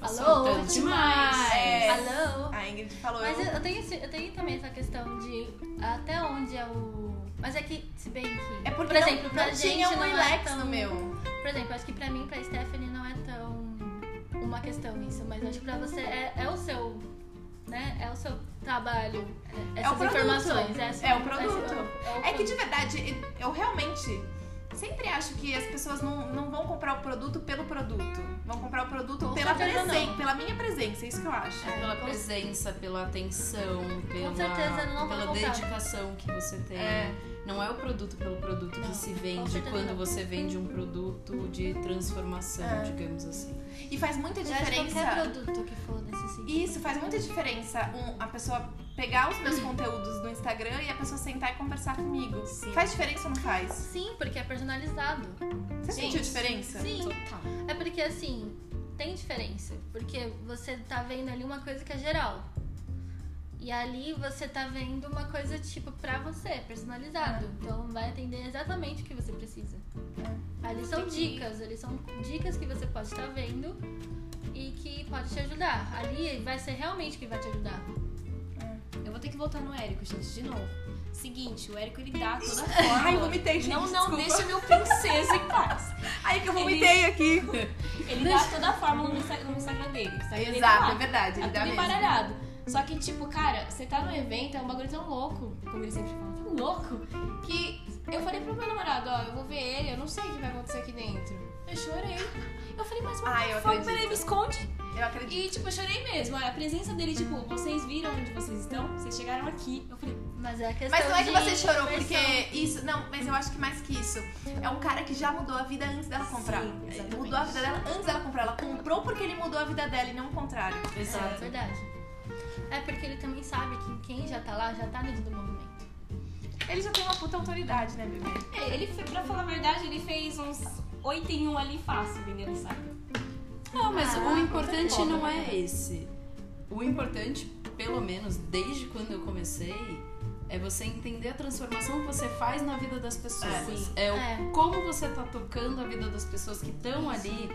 Speaker 1: Alô?
Speaker 3: Assaltante demais.
Speaker 2: É.
Speaker 1: Alô?
Speaker 2: A Ingrid falou.
Speaker 1: Mas
Speaker 2: eu-
Speaker 1: eu, eu tenho, esse- eu tenho também essa questão de até onde é o. Mas é que, se bem que.
Speaker 2: É porque
Speaker 1: por exemplo,
Speaker 2: não,
Speaker 1: pra
Speaker 2: não
Speaker 1: gente
Speaker 2: tinha um
Speaker 1: não é
Speaker 2: relax
Speaker 1: tão-
Speaker 2: no meu.
Speaker 1: Por exemplo, acho que pra mim, pra Stephanie, não é tão uma questão isso, mas acho que pra você é, é o seu. Né? É o seu trabalho. é- Essas
Speaker 2: o produto.
Speaker 1: informações. É, a sua-
Speaker 2: É o
Speaker 1: a sua-
Speaker 2: produto.
Speaker 1: é o
Speaker 2: É que
Speaker 1: produto.
Speaker 2: de verdade, eu realmente sempre acho que as pessoas não, não vão comprar o produto pelo produto. Vão comprar o produto
Speaker 1: Com
Speaker 2: pela
Speaker 1: certeza
Speaker 2: presença, pela minha presença, é isso que eu acho.
Speaker 3: Pela presença, pela atenção, pela,
Speaker 1: certeza, não vai
Speaker 3: pela
Speaker 1: voltar.
Speaker 3: dedicação que você tem.
Speaker 2: É.
Speaker 3: Não é o produto pelo produto
Speaker 1: Não,
Speaker 3: que se
Speaker 1: com
Speaker 3: vende
Speaker 1: certeza
Speaker 3: quando
Speaker 1: não.
Speaker 3: você vende um produto de transformação, digamos assim.
Speaker 2: E faz muita
Speaker 1: Mas Qualquer
Speaker 2: diferença.
Speaker 1: produto que for nesse sentido.
Speaker 2: Isso faz muita diferença um, a pessoa pegar os meus conteúdos no Instagram e a pessoa sentar e conversar comigo.
Speaker 3: Sim.
Speaker 2: Faz diferença ou não faz?
Speaker 1: Sim, porque é personalizado.
Speaker 2: Você sentiu diferença?
Speaker 4: Então
Speaker 1: Sim.
Speaker 4: tá,
Speaker 3: Total.
Speaker 1: É porque assim, tem diferença. Porque você tá vendo ali uma coisa que é geral. E ali você tá vendo uma coisa, tipo, pra você, personalizado. Então vai atender exatamente o que você precisa. Ali são dicas, ali são dicas que você pode estar vendo e que pode te ajudar. Ali vai ser realmente o que vai te ajudar.
Speaker 4: Eu vou ter que voltar no Érico, gente, de novo. Seguinte, o Érico ele dá toda a forma.
Speaker 2: <laughs> Ai, vomitei, gente.
Speaker 4: Não,
Speaker 2: desculpa.
Speaker 4: não, deixa meu princesa em paz.
Speaker 2: Ai, que eu vomitei aqui.
Speaker 4: Ele dá toda a forma no Insta- no Instagram dele. O Instagram dele tá lá.
Speaker 2: Exato, é verdade.
Speaker 4: Tá
Speaker 2: Ele dá
Speaker 4: tudo
Speaker 2: mesmo.
Speaker 4: embaralhado. Só que, tipo, cara, você tá num evento, é um bagulho tão louco, como ele sempre fala, tão louco, que eu falei pro meu namorado, ó, eu vou ver ele, eu não sei o que vai acontecer aqui dentro. Eu chorei. Eu falei, mas
Speaker 2: Ai, eu
Speaker 4: what the fuck,
Speaker 2: acredito.
Speaker 4: peraí, me esconde.
Speaker 2: Eu acredito.
Speaker 4: E, tipo, eu chorei mesmo. A presença dele, tipo, vocês viram onde vocês estão, vocês chegaram aqui. Eu falei,
Speaker 1: Mas é a questão
Speaker 2: Mas não é que
Speaker 1: de
Speaker 2: você chorou porque
Speaker 1: diversão.
Speaker 2: isso. Não, mas eu acho que mais que isso. É um cara que já mudou a vida antes dela comprar.
Speaker 4: Sim, exatamente.
Speaker 2: mudou a vida dela antes dela comprar. Ela comprou porque ele mudou a vida dela e não o contrário.
Speaker 1: É verdade. É porque ele também sabe que quem já tá lá já tá dentro do movimento.
Speaker 2: Ele já tem uma puta autoridade, né, bebê?
Speaker 4: é, ele, fe- pra falar a verdade, ele fez uns 8 em 1 ali fácil, entendeu? Ele sabe.
Speaker 3: Não, mas
Speaker 1: Ah,
Speaker 3: o importante
Speaker 1: foda,
Speaker 3: não
Speaker 1: né?
Speaker 3: é esse. O importante, pelo menos desde quando eu comecei, é você entender a transformação que você faz na vida das pessoas. É, o
Speaker 1: É.
Speaker 3: como você tá tocando a vida das pessoas que estão ali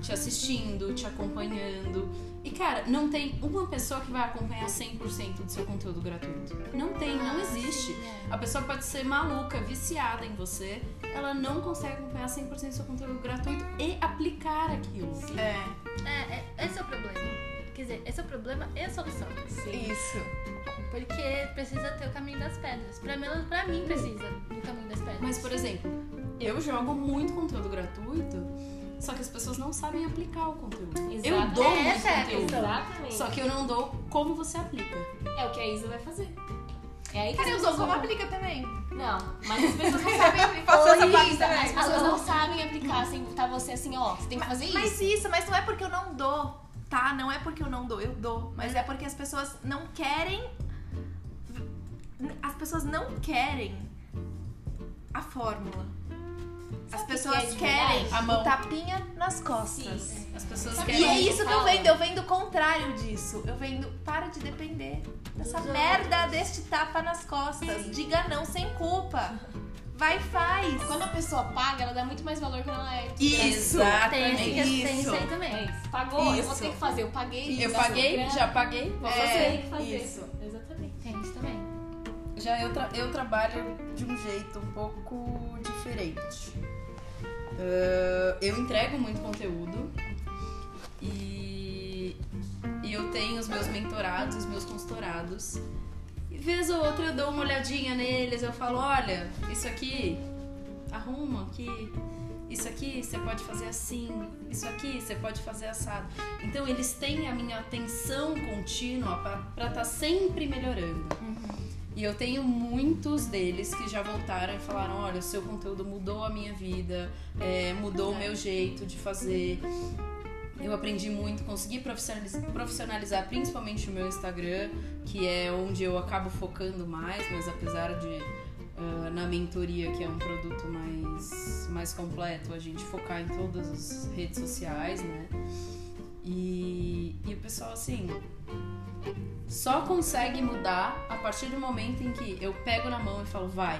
Speaker 3: te assistindo, te acompanhando. E cara, não tem uma pessoa que vai acompanhar 100% do seu conteúdo gratuito. Não tem, não existe.
Speaker 1: Sim, é.
Speaker 3: A pessoa pode ser maluca, viciada em você, ela não consegue acompanhar 100% do seu conteúdo gratuito e aplicar aquilo.
Speaker 2: É,
Speaker 1: É, é- esse é o problema. Quer dizer, esse é o problema e a solução.
Speaker 4: assim.
Speaker 2: isso.
Speaker 1: Porque precisa ter o caminho das pedras. Pra mim, pra mim precisa do caminho das pedras.
Speaker 3: Mas, por exemplo, eu jogo muito conteúdo gratuito, só que as pessoas não sabem aplicar o conteúdo. Eu
Speaker 4: Exato.
Speaker 3: dou
Speaker 1: É,
Speaker 3: muito
Speaker 1: essa é a
Speaker 3: conteúdo,
Speaker 4: Exatamente.
Speaker 3: só que eu não dou como você aplica.
Speaker 4: É o que a Isa vai fazer. É aí que
Speaker 2: Cara,
Speaker 4: as
Speaker 2: eu usou
Speaker 4: pessoas
Speaker 2: como
Speaker 4: vão-
Speaker 2: aplica <laughs> também.
Speaker 4: Não, mas
Speaker 2: <laughs>
Speaker 4: as pessoas não sabem.
Speaker 2: Também faço essa parte
Speaker 4: Isa, As
Speaker 2: também. Ah,
Speaker 4: pessoas não sabem aplicar assim, tá você assim, ó, você tem que fazer isso.
Speaker 2: Mas isso, mas não é porque eu não dou, tá? Não é porque eu não dou, eu dou. Mas é porque as pessoas não querem. As pessoas não querem a fórmula. As
Speaker 4: Sabe o que
Speaker 2: pessoas
Speaker 4: é de
Speaker 2: querem
Speaker 4: verdade?
Speaker 3: A
Speaker 2: o
Speaker 3: mão.
Speaker 2: tapinha nas costas.
Speaker 4: Sim.
Speaker 3: As pessoas
Speaker 4: Sabe-
Speaker 3: querem.
Speaker 2: E é isso que eu
Speaker 4: Fala.
Speaker 2: vendo, eu vendo o contrário disso. Eu vendo, para de depender dessa
Speaker 1: Dos
Speaker 2: merda deste tapa nas costas. Diga não sem culpa. Vai e faz.
Speaker 4: Quando a pessoa paga, ela dá muito mais valor quando ela é.
Speaker 1: tem esse,
Speaker 3: Exatamente.
Speaker 1: tem esse aí
Speaker 4: É
Speaker 1: também.
Speaker 4: isso. Pagou, eu vou
Speaker 2: Isso.
Speaker 4: ter que fazer. Eu paguei.
Speaker 3: Eu
Speaker 4: gastou
Speaker 3: paguei,
Speaker 4: grana,
Speaker 3: já paguei, vou
Speaker 4: eu
Speaker 2: É.
Speaker 3: fazer.
Speaker 4: tenho que fazer.
Speaker 2: isso.
Speaker 4: Exatamente.
Speaker 1: Tem isso também.
Speaker 3: Já eu, tra- eu trabalho de um jeito um pouco diferente. Ah, eu entrego muito conteúdo e, e eu tenho os meus mentorados, os meus consultorados. E vez ou outra eu dou uma olhadinha neles, eu falo, olha, isso aqui, arruma aqui, isso aqui você pode fazer assim, isso aqui você pode fazer assado. Então eles têm a minha atenção contínua para estar sempre melhorando. E eu tenho muitos deles que já voltaram e falaram: olha, o seu conteúdo mudou a minha vida, é, mudou o meu jeito de fazer. Eu aprendi muito, consegui profissionaliz- profissionalizar principalmente o meu Instagram, que é onde eu acabo focando mais, mas apesar de ah, na mentoria, que é um produto mais, mais completo, a gente focar em todas as redes sociais, né? E, e o pessoal, assim, só consegue mudar a partir do momento em que eu pego na mão e falo, vai.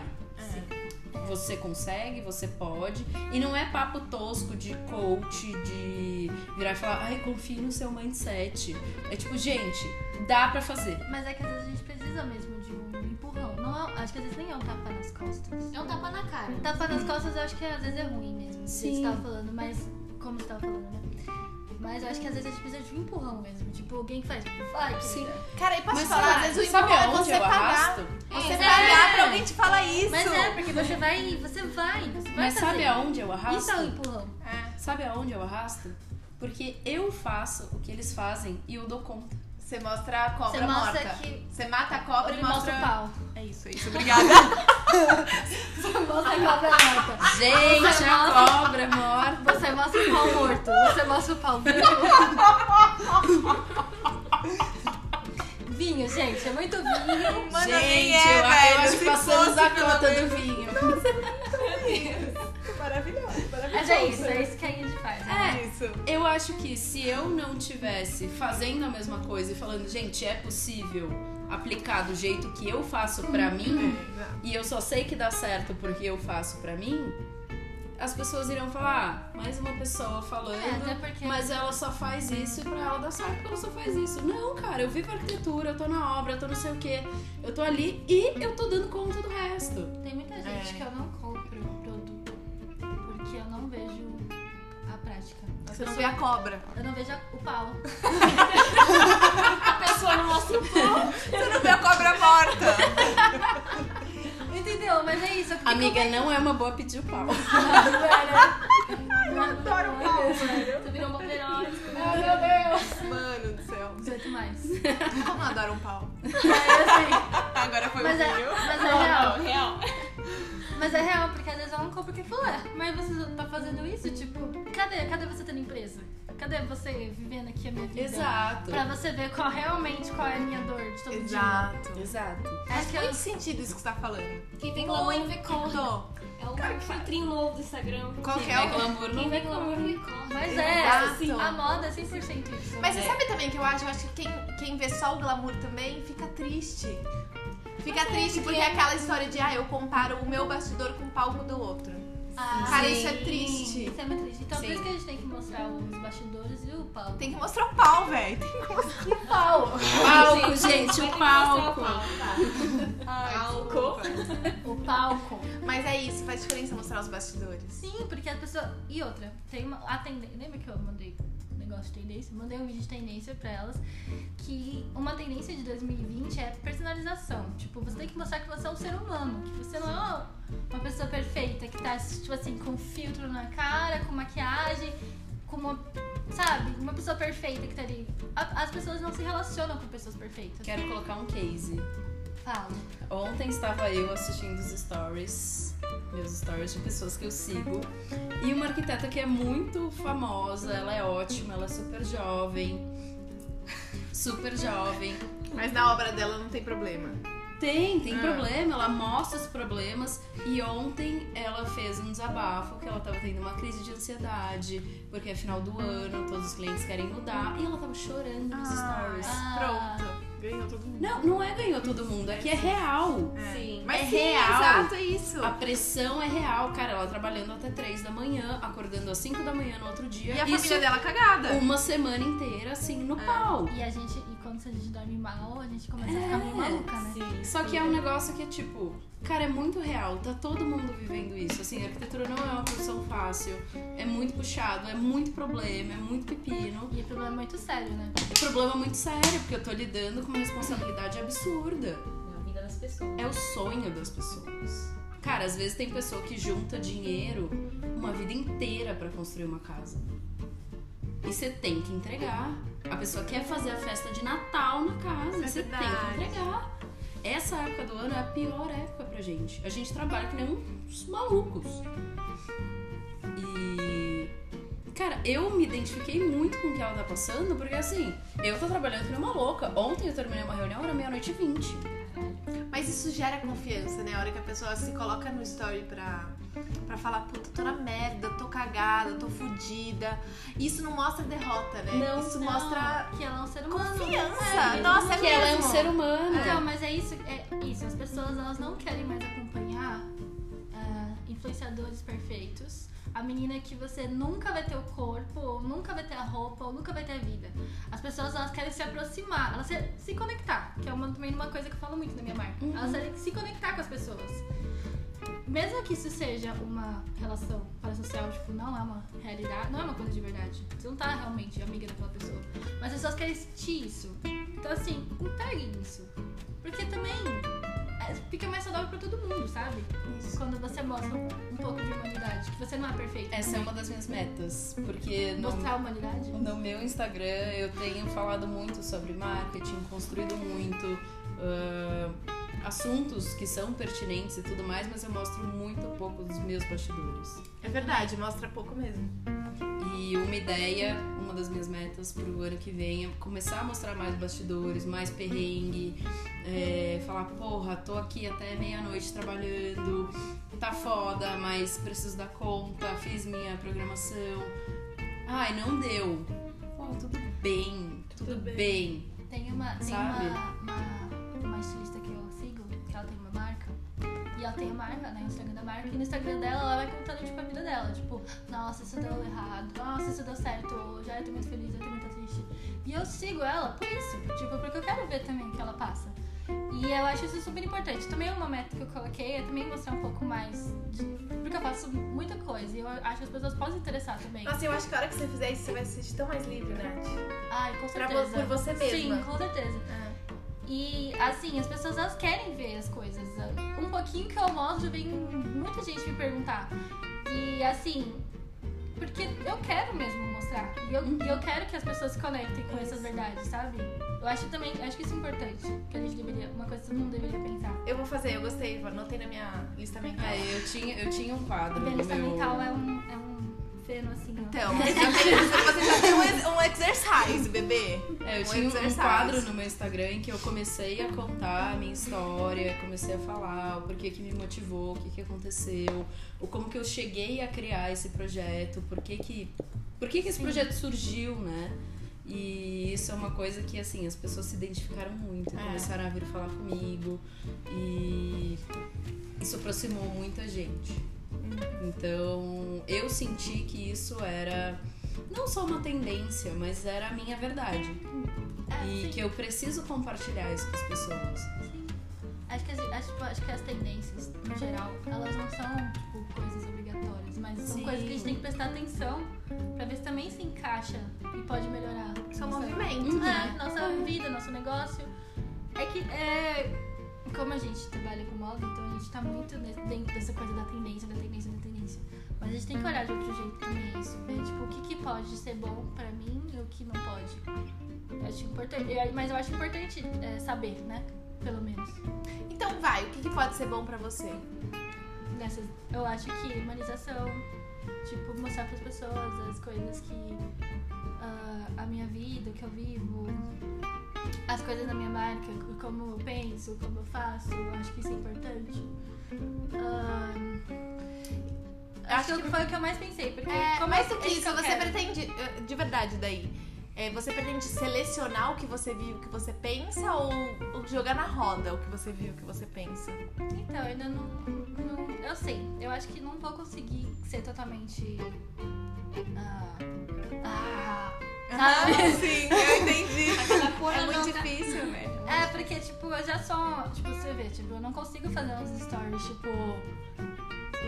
Speaker 3: Você consegue, você pode. E não é papo tosco de coach, de virar e falar, ai, confie no seu mindset. É tipo, gente, dá pra fazer.
Speaker 1: Mas é que às vezes a gente precisa mesmo de um empurrão. Não é- acho que às vezes nem é um tapa nas costas.
Speaker 4: É um tapa na cara.
Speaker 1: Tapa nas costas eu acho que às vezes é ruim mesmo. Sim.
Speaker 3: Sim.
Speaker 1: Você tava falando, mas. Como você tava falando, né? Mas eu acho que às vezes a gente precisa de um empurrão mesmo. Tipo, alguém que faz. tipo, Vai,
Speaker 3: Sim.
Speaker 1: querida.
Speaker 2: Cara, e posso te
Speaker 3: Mas
Speaker 2: falar,
Speaker 3: sabe-
Speaker 2: às vezes o
Speaker 3: sabe
Speaker 2: empurrão é
Speaker 3: aonde
Speaker 2: você
Speaker 3: eu
Speaker 2: pagar.
Speaker 3: arrasto?
Speaker 2: Você
Speaker 4: É,
Speaker 2: pagar
Speaker 1: é.
Speaker 2: pra alguém te falar isso.
Speaker 1: Mas é, porque você vai, você vai. Você vai
Speaker 3: Mas
Speaker 1: fazer.
Speaker 3: sabe aonde eu arrasto?
Speaker 1: Isso é um empurrão.
Speaker 2: É,
Speaker 3: Sabe aonde eu arrasto? Porque eu faço o que eles fazem e eu dou conta.
Speaker 2: Você mostra a cobra
Speaker 1: Você mostra
Speaker 2: morta.
Speaker 1: que-
Speaker 2: Você mata a cobra
Speaker 1: Ele
Speaker 2: e mostra...
Speaker 1: mostra o pau.
Speaker 2: É isso, é isso. Obrigada.
Speaker 1: Mostra a cobra morta.
Speaker 3: Gente, a
Speaker 1: Ah, Nossa.
Speaker 3: cobra morta.
Speaker 1: Você mostra o pau morto. Você mostra o pau vivo. Vinho, gente, é muito vinho.
Speaker 2: Mano,
Speaker 3: Gente,
Speaker 2: nem
Speaker 3: eu,
Speaker 2: é,
Speaker 3: eu
Speaker 2: velho.
Speaker 3: acho que
Speaker 2: Se
Speaker 3: passamos
Speaker 2: fosse,
Speaker 3: a
Speaker 2: pelo
Speaker 3: conta do
Speaker 2: menos.
Speaker 3: um vinho.
Speaker 2: Maravilhoso,
Speaker 1: Mas
Speaker 2: maravilhoso.
Speaker 1: é isso, é isso que a gente faz. né?
Speaker 2: <laughs> É isso.
Speaker 3: Eu acho que se eu não tivesse fazendo a mesma coisa e falando, gente, é possível aplicar do jeito que eu faço pra mim, e eu só sei que dá certo porque eu faço pra mim, as pessoas iriam falar, ah, mais uma pessoa
Speaker 1: É,
Speaker 3: falando.
Speaker 1: até porque.
Speaker 3: Mas ela só faz isso pra ela dar certo porque ela só faz isso. Não, cara, eu vivo arquitetura, eu tô na obra, eu tô não sei o quê, eu tô ali e eu tô dando conta do resto.
Speaker 1: Tem muita gente
Speaker 2: É.
Speaker 1: que eu não compro o produto porque eu não vejo a prática. A
Speaker 2: Você não
Speaker 1: pessoa-
Speaker 2: vê a cobra.
Speaker 1: Eu não vejo a- o pau.
Speaker 4: A pessoa não mostra o pau.
Speaker 2: Você não vê a cobra morta.
Speaker 1: Entendeu? Mas é isso. eu fico-
Speaker 3: Amiga, não é uma boa pedir o pau.
Speaker 2: Eu adoro o pau, velho.
Speaker 4: Tu virou um bobeirão.
Speaker 3: Ah,
Speaker 1: né?
Speaker 2: <laughs> Mano do céu.
Speaker 1: 18 mais.
Speaker 2: Como É, eu adoro um pau. Agora foi
Speaker 1: Mas
Speaker 2: o
Speaker 1: é,
Speaker 2: vinho.
Speaker 1: mas é real.
Speaker 4: Não, não, real.
Speaker 1: Mas é real, porque às vezes eu não compro porque fala, "Ué, mas você tá fazendo isso? Tipo, cadê? Cadê você tendo empresa? Cadê você vivendo aqui a minha vida?
Speaker 3: Exato.
Speaker 1: Pra você ver qual realmente qual é a minha dor de todo dia. É
Speaker 2: Exato.
Speaker 3: Exato.
Speaker 1: Acho que eu,
Speaker 2: Muito sentido isso que você tá falando.
Speaker 4: Quem vem clamando, vem corre.
Speaker 2: Tô.
Speaker 4: É o filtrinho novo do Instagram.
Speaker 2: Qual que é
Speaker 3: Vai
Speaker 2: o...
Speaker 3: glamour
Speaker 4: Quem
Speaker 3: não
Speaker 4: vem clamando, vem corre.
Speaker 1: mas é,
Speaker 2: Exato.
Speaker 1: assim, a moda é 100% isso.
Speaker 2: Mas você sabe também que eu acho, eu acho que quem, quem vê só o glamour também fica triste. Fica triste porque é aquela história de, ah, eu comparo o meu bastidor com o palco do outro.
Speaker 1: Ah,
Speaker 2: Cara, isso é triste.
Speaker 1: Isso é muito triste. Então
Speaker 3: Sim.
Speaker 1: por isso que a gente tem que mostrar os bastidores e o palco.
Speaker 2: Tem que mostrar o pau, velho. Tem que mostrar o pau.
Speaker 3: Palco, gente, é
Speaker 4: Vai ter
Speaker 3: o
Speaker 4: que mostrar
Speaker 3: palco.
Speaker 2: <laughs>
Speaker 4: tá. Ai, desculpa.
Speaker 1: O palco.
Speaker 2: Mas é isso, faz diferença mostrar os bastidores.
Speaker 1: Sim, porque as pessoas. E outra, tem uma. A tende... Lembra que eu mandei um negócio de tendência? Mandei um vídeo de tendência pra elas. Que uma tendência de 2020 é personalização. Tipo, você tem que mostrar que você é um ser humano. Que você não é uma pessoa perfeita que tá, tipo assim, com filtro na cara, com maquiagem, com uma. Sabe? Uma pessoa perfeita que tá ali. A- As pessoas não se relacionam com pessoas perfeitas.
Speaker 3: Quero colocar um case.
Speaker 1: Fala.
Speaker 3: Ontem estava eu assistindo os stories, meus stories de pessoas que eu sigo, e uma arquiteta que é muito famosa, ela é ótima, ela é super jovem. Super jovem.
Speaker 2: Mas na obra dela não tem problema.
Speaker 3: Tem, tem
Speaker 2: Ah.
Speaker 3: problema, ela mostra os problemas. E ontem ela fez um desabafo que ela tava tendo uma crise de ansiedade, porque é final do ano, todos os clientes querem mudar, e ela tava chorando nos stories.
Speaker 1: Ah.
Speaker 2: Pronto. Ganhou todo mundo.
Speaker 3: Não, não é ganhou todo mundo, aqui é real.
Speaker 4: Sim.
Speaker 2: Mas
Speaker 3: É
Speaker 2: sim,
Speaker 3: real.
Speaker 2: exato, é isso.
Speaker 3: A pressão é real, cara. Ela trabalhando até 3 da manhã, acordando às 5 da manhã no outro dia.
Speaker 2: E a
Speaker 3: Isso
Speaker 2: família dela É. cagada.
Speaker 3: uma semana inteira, assim, no pau.
Speaker 1: E a gente. E quando a gente dorme mal, a gente começa a ficar meio maluca, né?
Speaker 4: É, Sim.
Speaker 3: Só que é um negócio que é tipo, cara, é muito real, tá todo mundo vivendo isso. Assim, a arquitetura não é uma profissão fácil, é muito puxado, é muito problema, é muito pepino.
Speaker 1: E é problema muito sério, né?
Speaker 3: É problema muito sério, porque eu tô lidando com uma responsabilidade absurda.
Speaker 4: Na vida das pessoas.
Speaker 3: É o sonho das pessoas. Cara, às vezes tem pessoa que junta dinheiro uma vida inteira pra construir uma casa. E você tem que entregar. A pessoa quer fazer a festa de Natal na casa.
Speaker 2: É
Speaker 3: você
Speaker 2: verdade.
Speaker 3: tem que entregar. Essa época do ano é a pior época pra gente. A gente trabalha que nem uns malucos. E. Cara, eu me identifiquei muito com o que ela tá passando, porque assim, eu tô trabalhando que nem uma louca. Ontem eu terminei uma reunião, era meia-noite e vinte.
Speaker 2: Mas isso gera confiança, né? A hora que a pessoa se coloca no story pra, pra falar, puta, tô na merda, tô cagada, tô fudida. Isso não mostra derrota, né?
Speaker 3: Não,
Speaker 2: isso
Speaker 1: Não,
Speaker 2: mostra
Speaker 1: que ela é um ser humano.
Speaker 2: confiança.
Speaker 1: É,
Speaker 2: Nossa, é
Speaker 3: que ela é um
Speaker 2: mesmo.
Speaker 3: ser humano.
Speaker 1: Então, mas é isso, é isso. As pessoas elas não querem mais acompanhar ah, influenciadores perfeitos. A menina que você nunca vai ter o corpo, ou nunca vai ter a roupa, ou nunca vai ter a vida. As pessoas elas querem se aproximar, elas se, se conectar, que é uma, também uma coisa que eu falo muito na minha marca. Elas querem se conectar com as pessoas. Mesmo que isso seja uma relação parasocial, tipo, não é uma realidade, não é uma coisa de verdade. Você não tá realmente amiga daquela pessoa. Mas as pessoas querem sentir isso. Então, assim, entreguem isso. Porque também é, fica mais saudável pra todo mundo, sabe? Quando você mostra um pouco de humanidade, que você não é perfeito.
Speaker 3: Essa é uma das minhas metas, porque no,
Speaker 1: Mostrar a humanidade.
Speaker 3: no meu Instagram eu tenho falado muito sobre marketing, construído muito ah, assuntos que são pertinentes e tudo mais, mas eu mostro muito pouco dos meus bastidores.
Speaker 2: É verdade, mostra pouco mesmo.
Speaker 3: E uma ideia, uma das minhas metas pro ano que vem é começar a mostrar mais bastidores, mais perrengue, é, falar, porra, tô aqui até meia-noite trabalhando, tá foda, mas preciso dar conta, fiz minha programação. Ai, não deu. Pô, tudo <laughs> bem, tudo,
Speaker 2: Tudo bem.
Speaker 3: bem.
Speaker 1: Tem uma, tem
Speaker 3: Sabe?
Speaker 1: uma, uma, uma estilista que eu sigo, que ela tem uma marca. E ela tem a marca, né? O Instagram da marca. E no Instagram dela, ela vai contando, tipo, a vida dela. Tipo, nossa, isso deu errado. Nossa, isso deu certo. Hoje eu tô muito feliz, eu tô muito triste. E eu sigo ela por isso. Tipo, porque eu quero ver também o que ela passa. E eu acho isso super importante. Também uma meta que eu coloquei é também mostrar um pouco mais. De... Porque eu faço muita coisa. E eu acho que as pessoas podem se interessar também.
Speaker 2: Nossa, eu acho que a hora que você fizer isso, você vai se sentir tão mais livre, Nath.
Speaker 1: Ai, É com
Speaker 2: Pra vo-
Speaker 1: certeza.
Speaker 2: por você mesma.
Speaker 1: Sim, É. com certeza. E assim, as pessoas elas querem ver as coisas. Um pouquinho que eu mostro, vem muita gente me perguntar. E assim, porque eu quero mesmo mostrar. E eu, e eu quero que as pessoas se conectem com essas verdades, sabe? Eu acho também, acho que isso é importante. Que a gente deveria, uma coisa que todo mundo deveria pensar.
Speaker 2: Eu vou fazer, eu gostei, vou- anotei na minha lista mental.
Speaker 1: É.
Speaker 3: Aí É, eu tinha, eu tinha um quadro
Speaker 1: Minha
Speaker 3: no
Speaker 1: lista
Speaker 3: meu...
Speaker 1: mental é um, é um feno assim, ó. <laughs>
Speaker 2: Então, você já tem, você já tem um, ex- um exercise, bebê.
Speaker 3: É, eu
Speaker 2: Um
Speaker 3: tinha um
Speaker 2: exercise.
Speaker 3: quadro no meu Instagram em que eu comecei a contar a minha história, comecei a falar o porquê que me motivou, o que, que aconteceu, o como que eu cheguei a criar esse projeto, por que que, por que, que esse
Speaker 1: Sim.
Speaker 3: projeto surgiu, né? E isso é uma coisa que, assim, as pessoas se identificaram muito,
Speaker 2: É.
Speaker 3: começaram a vir falar comigo e isso aproximou muita gente.
Speaker 1: Uhum.
Speaker 3: Então, eu senti que isso era não só uma tendência, mas era a minha verdade.
Speaker 1: É,
Speaker 3: E
Speaker 1: sim.
Speaker 3: que eu preciso compartilhar isso com as pessoas.
Speaker 1: Sim. Acho que, as, acho, tipo, acho que as tendências, no geral, elas não são, tipo, coisas obrigatórias, mas são
Speaker 3: Sim.
Speaker 1: coisas que a gente tem que prestar atenção pra ver se também se encaixa e pode melhorar.
Speaker 2: São
Speaker 1: Nossa-
Speaker 2: movimentos,
Speaker 1: É,
Speaker 2: né?
Speaker 1: nossa vida, nosso negócio. É que, é, como a gente trabalha com moda, então a gente tá muito ne- dentro dessa coisa da tendência, da tendência, da tendência. Mas a gente tem que olhar de outro jeito também isso, ver, tipo, o que, que pode ser bom pra mim e o que não pode. Eu acho importante, eu- mas eu acho importante é, saber, né? Pelo menos.
Speaker 2: Então vai, o que, que pode ser bom pra você?
Speaker 1: Nessas, eu acho que humanização, tipo, mostrar pras pessoas as coisas que. ah, a minha vida, o que eu vivo, as coisas da minha marca, c- como eu penso, como eu faço, eu acho que isso é importante. Ah, acho,
Speaker 2: Acho
Speaker 1: que, foi o que eu mais pensei, porque
Speaker 2: É,
Speaker 1: como
Speaker 2: mais
Speaker 1: esse-
Speaker 2: do que
Speaker 1: esse
Speaker 2: isso,
Speaker 1: eu
Speaker 2: você
Speaker 1: quero.
Speaker 2: pretende, eh, de verdade daí, eh, você pretende selecionar o que você viu, o que você pensa ou, ou jogar na roda o que você viu, o que você pensa?
Speaker 1: Então, eu ainda não, não- Eu sei, eu acho que não vou conseguir ser totalmente. ah, ah,
Speaker 2: <laughs> Ah,
Speaker 1: sabe?
Speaker 2: sim, eu entendi.
Speaker 4: Aquela porra
Speaker 2: É muito
Speaker 4: não, tá?
Speaker 2: difícil, né?
Speaker 1: É, porque, tipo, eu já sou. Tipo, você vê, tipo, eu não consigo fazer uns stories, tipo.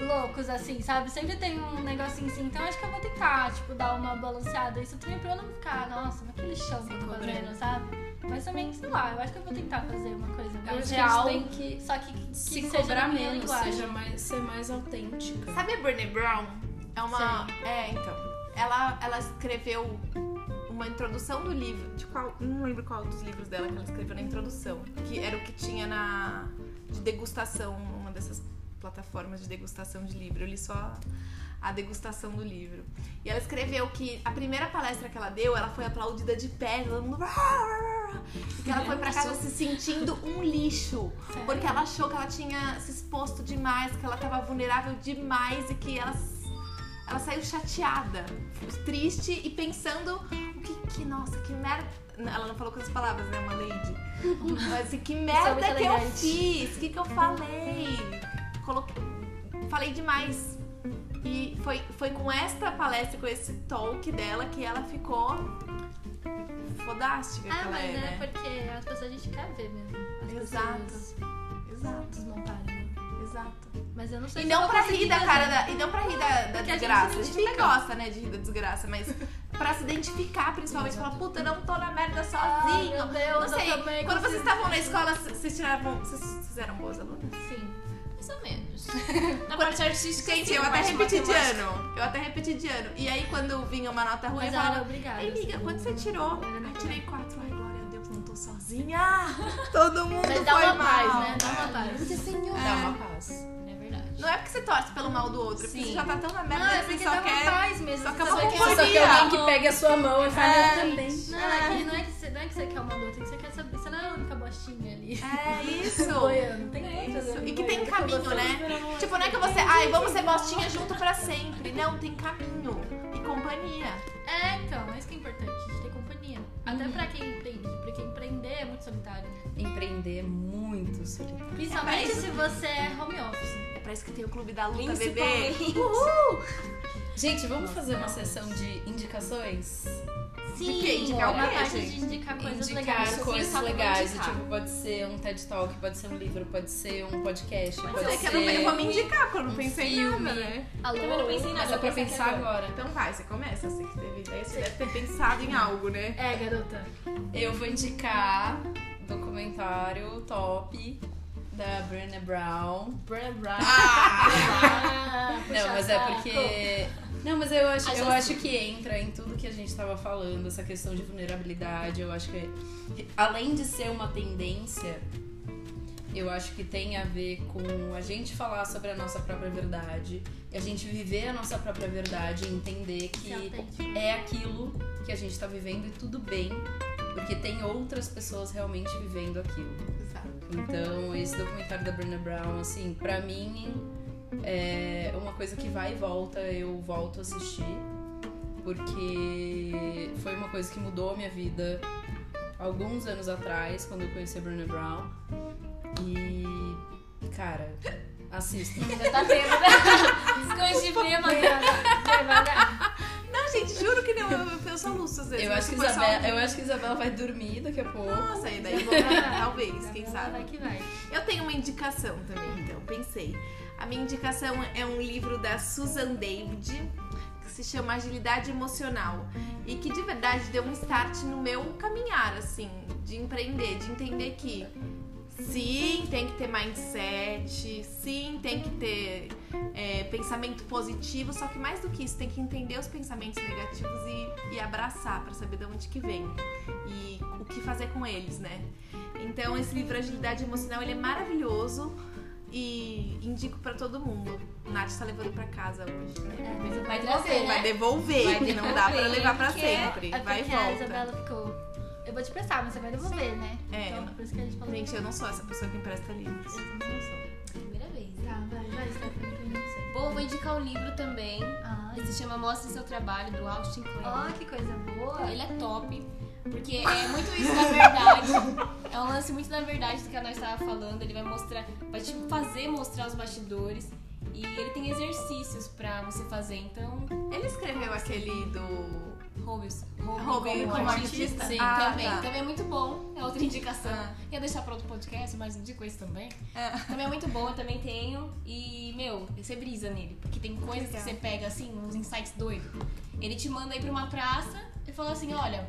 Speaker 1: loucos assim, sabe? Sempre tem um negocinho assim. Então acho que eu vou tentar, tipo, dar uma balanceada. Isso também pra eu não ficar, nossa, mas que lixão que eu tô fazendo, sabe? Mas também, sei lá, eu acho que eu vou tentar fazer uma
Speaker 2: É
Speaker 1: coisa
Speaker 2: um
Speaker 3: Eu
Speaker 1: mais
Speaker 3: acho
Speaker 1: É um real.
Speaker 3: que a gente tem que
Speaker 1: Só que, que
Speaker 3: se
Speaker 1: seja
Speaker 3: cobrar
Speaker 1: na minha
Speaker 3: menos,
Speaker 1: linguagem.
Speaker 3: seja mais, ser mais autêntica.
Speaker 2: Sabe a Brené Brown? É uma. É, então. Ela, ela escreveu uma introdução do livro. De qual. Não lembro qual dos livros dela que ela escreveu na introdução. Que era o que tinha na. De degustação, uma dessas plataformas de degustação de livro. Eu li só a degustação do livro. E ela escreveu que a primeira palestra que ela deu, ela foi aplaudida de pé, todo mundo. E que ela foi pra casa se sentindo um lixo.
Speaker 1: Sério.
Speaker 2: Porque ela achou que ela tinha se exposto demais, que ela tava vulnerável demais e que ela, ela saiu chateada, triste e pensando o que que, nossa, que merda. Ela não falou com as palavras, né? Uma lady. Mas assim, que merda
Speaker 1: muito
Speaker 2: que eu
Speaker 1: elegante.
Speaker 2: fiz, o que, que eu falei. Coloquei. falei demais. E foi, foi com esta palestra, com esse talk dela, que ela ficou fodástica. que
Speaker 1: Ah,
Speaker 2: ela
Speaker 1: mas
Speaker 2: é,
Speaker 1: é
Speaker 2: né?
Speaker 1: porque as pessoas a gente quer ver mesmo. As
Speaker 2: Exato.
Speaker 1: pessoas
Speaker 2: Exato,
Speaker 1: desmontarem. né?
Speaker 2: exato.
Speaker 1: Mas eu não sei
Speaker 2: E
Speaker 1: se eu
Speaker 2: não
Speaker 1: vou
Speaker 2: pra
Speaker 1: conseguir
Speaker 2: rir da
Speaker 1: fazer.
Speaker 2: cara da. E não pra rir da, da
Speaker 1: Porque a gente
Speaker 2: desgraça.
Speaker 1: se
Speaker 2: A gente até gosta, né, de rir da desgraça, mas pra se identificar, principalmente, falar, puta, não tô na merda
Speaker 1: Ai,
Speaker 2: sozinho.
Speaker 1: Ah, meu Deus,
Speaker 2: não sei.
Speaker 1: eu também
Speaker 2: Quando vocês
Speaker 1: consigo.
Speaker 2: estavam na escola, c- vocês tiraram. Vocês fizeram boas alunas?
Speaker 1: Sim, mais ou menos.
Speaker 4: Na parte artística,
Speaker 2: Gente,
Speaker 4: sim,
Speaker 2: eu até
Speaker 4: mas
Speaker 2: repeti de
Speaker 4: matemática-
Speaker 2: ano. Eu até repeti de ano. E aí, quando vinha uma nota ruim,
Speaker 1: Mas
Speaker 2: eu
Speaker 1: ela
Speaker 2: falava.
Speaker 1: era obrigada.
Speaker 2: Ei, amiga,
Speaker 1: assim.
Speaker 2: quanto você tirou?
Speaker 1: Era na
Speaker 2: Ai, tirei quatro. Ai, glória a Deus, não tô sozinha. <laughs> Todo mundo
Speaker 1: Mas
Speaker 2: foi
Speaker 1: dá uma
Speaker 2: mal.
Speaker 1: paz, né? Dá uma paz.
Speaker 3: Dá uma paz.
Speaker 1: É verdade.
Speaker 2: Não é porque você torce pelo mal do outro, é porque
Speaker 3: Sim.
Speaker 2: você já tá tão na merda
Speaker 1: Não, é
Speaker 2: que você
Speaker 1: porque
Speaker 2: só
Speaker 1: dá
Speaker 2: quer.
Speaker 1: uma paz mesmo.
Speaker 2: só
Speaker 1: você
Speaker 2: quer uma
Speaker 1: só quer-
Speaker 3: Só que
Speaker 2: Olha.
Speaker 3: alguém que pegue a sua mão e fale,
Speaker 2: É.
Speaker 3: eu também.
Speaker 1: Não, é que não é que você não é que você quer o mal do outro, é que você quer saber. Você não é a única bostinha ali.
Speaker 2: É isso.
Speaker 1: <laughs> Boiando. Tem muitas
Speaker 2: Isso.
Speaker 1: ali
Speaker 2: E que tem
Speaker 1: boiando,
Speaker 2: caminho,
Speaker 1: você
Speaker 2: né? Tipo, não é que você, ai, vamos ser bostinha junto pra sempre. Não, tem caminho e companhia.
Speaker 1: É, então, é isso que é importante, a gente ter companhia. Até pra quem empreende, porque empreender é muito solitário.
Speaker 3: Empreender é muito solitário.
Speaker 1: Principalmente
Speaker 2: mas-
Speaker 1: se você é home office.
Speaker 2: É pra isso que tem o clube da luta, bebê.
Speaker 4: Principalmente.
Speaker 3: Gente, vamos fazer uma sessão de indicações?
Speaker 1: Sim,
Speaker 2: quê? Indicar o
Speaker 1: uma
Speaker 2: quê,
Speaker 1: parte
Speaker 2: gente?
Speaker 1: de indicar coisas
Speaker 3: indicar
Speaker 1: legais. assim,
Speaker 3: coisas
Speaker 1: Sim,
Speaker 3: legais.
Speaker 1: Indicar.
Speaker 3: Tipo, pode ser um TED Talk, pode ser um livro, pode ser um podcast,
Speaker 1: Pode
Speaker 3: pode,
Speaker 2: Eu
Speaker 1: ser
Speaker 2: sei
Speaker 3: ser.
Speaker 2: é que eu, não, eu vou me indicar porque eu não
Speaker 3: um
Speaker 2: pensei em
Speaker 3: filme.
Speaker 2: nada, né?
Speaker 1: Alô?
Speaker 4: Também não pensei em
Speaker 3: Mas
Speaker 4: nada.
Speaker 3: é pra
Speaker 4: vou
Speaker 3: pensar agora.
Speaker 2: Então vai, você começa. Você que teve ideia, você deve ter pensado em algo, né?
Speaker 1: É, garota.
Speaker 3: Eu vou indicar documentário top da Brené Brown.
Speaker 1: Bran Brown. <laughs>
Speaker 3: não, mas é porque. Não, mas eu acho,
Speaker 1: Ai,
Speaker 3: eu
Speaker 1: Jesus.
Speaker 3: acho que entra em tudo que a gente tava falando, essa questão de vulnerabilidade. Eu acho que, além de ser uma tendência, eu acho que tem a ver com a gente falar sobre a nossa própria verdade, e a gente viver a nossa própria verdade e entender que.
Speaker 1: que.
Speaker 3: é aquilo que a gente tá vivendo e tudo bem, porque tem outras pessoas realmente vivendo aquilo.
Speaker 2: Exato.
Speaker 3: Então, esse documentário da Brené Brown, assim, pra mim é uma coisa que vai e volta, eu volto a assistir, porque foi uma coisa que mudou a minha vida alguns anos atrás, quando eu conheci a Brené Brown. E, cara, assista.
Speaker 4: Já tá
Speaker 1: <laughs>
Speaker 4: tendo, né? Esconde de prima.
Speaker 1: Devagar.
Speaker 2: Não, Ah, gente, juro que não. Eu, eu sou lúcia às vezes.
Speaker 3: Eu
Speaker 2: mas
Speaker 3: acho, que
Speaker 2: se for só
Speaker 3: Isabela,
Speaker 2: um-
Speaker 3: eu acho que Isabela vai dormir daqui a pouco.
Speaker 2: Nossa, e daí eu vou pra... Talvez, quem sabe.
Speaker 1: Vai que vai.
Speaker 2: Eu tenho uma indicação também, então, pensei. A minha indicação é um livro da Susan David, que se chama Agilidade Emocional. E que de verdade deu um start no meu caminhar, assim, de empreender, de entender que sim, tem que ter mindset, sim, tem que ter é, pensamento positivo, só que mais do que isso, tem que entender os pensamentos negativos e, e abraçar pra saber de onde que vem e o que fazer com eles, né? Então esse livro Agilidade Emocional ele é maravilhoso e indico pra todo mundo. Nath tá levando pra casa hoje. né? Mas
Speaker 4: Vai
Speaker 2: Você
Speaker 4: trazer,
Speaker 2: vai
Speaker 4: né?
Speaker 2: devolver,
Speaker 4: Vai
Speaker 2: que não dá pra
Speaker 4: devolver,
Speaker 2: levar pra
Speaker 4: porque
Speaker 2: sempre.
Speaker 1: É
Speaker 2: vai e
Speaker 1: porque a
Speaker 2: volta.
Speaker 1: Isabela ficou. Eu vou te prestar, mas você vai devolver, né?
Speaker 2: É.
Speaker 1: Então, por isso que a gente falou.
Speaker 2: Gente, eu não sou essa pessoa que empresta livros.
Speaker 1: Eu também não sou.
Speaker 4: Primeira vez.
Speaker 1: Tá, vai, vai, Stephanie, eu não sei.
Speaker 4: Bom, eu vou indicar um livro também.
Speaker 1: Ai,
Speaker 4: que Se chama Mostre Seu Trabalho, do Austin Kleber.
Speaker 1: ó, Ah, que coisa boa.
Speaker 4: Ele é top, porque é muito isso da verdade. É um lance muito da verdade do que a nós estava falando. Ele vai mostrar, vai te fazer mostrar os bastidores. E ele tem exercícios pra você fazer. Então,
Speaker 2: Ele escreveu aquele do.
Speaker 4: roube os-
Speaker 2: Roube
Speaker 4: roube
Speaker 2: como
Speaker 4: como
Speaker 2: artista?
Speaker 4: artista.
Speaker 3: Sim,
Speaker 2: Ah,
Speaker 4: também.
Speaker 2: tá.
Speaker 4: Também é muito bom. É outra indicação.
Speaker 2: Ah.
Speaker 4: Ia deixar pra outro podcast, mas indico esse também.
Speaker 2: Ah.
Speaker 4: Também é muito bom, eu também tenho. E, meu, você brisa nele. Porque tem coisas que
Speaker 2: Legal.
Speaker 4: você pega, assim, uns insights doidos. Ele te manda aí pra uma praça e fala assim, olha,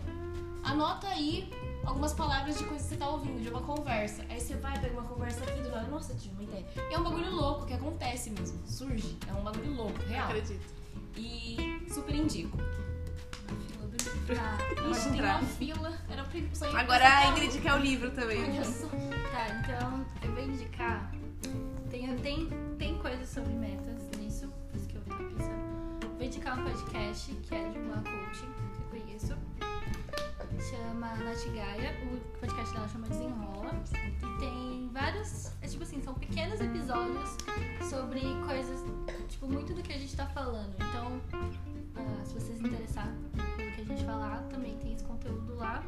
Speaker 4: anota aí algumas palavras de coisas que você tá ouvindo, de uma conversa. Aí você vai, pega uma conversa aqui do lado, nossa, eu tive uma ideia. E é um bagulho louco que acontece mesmo, surge. É um bagulho louco, real.
Speaker 2: Acredito.
Speaker 4: E super indico.
Speaker 1: Tá,
Speaker 4: Ixi, tem
Speaker 2: entrar.
Speaker 4: uma fila. Era pra eu sair
Speaker 2: Agora a Ingrid quer o livro também.
Speaker 4: tá- Olha só.
Speaker 1: tá, então eu vou indicar. Tem, tem, tem coisas sobre metas nisso, por isso que eu tava pensando. Vou indicar um podcast que é de uma coach que eu conheço. Chama Nath Gaia. O podcast dela chama Desenrola. E tem vários. É tipo assim, são pequenos episódios sobre coisas, tipo, muito do que a gente tá falando. Então, ah, se você se interessar pelo que a gente falar, também tem esse conteúdo lá.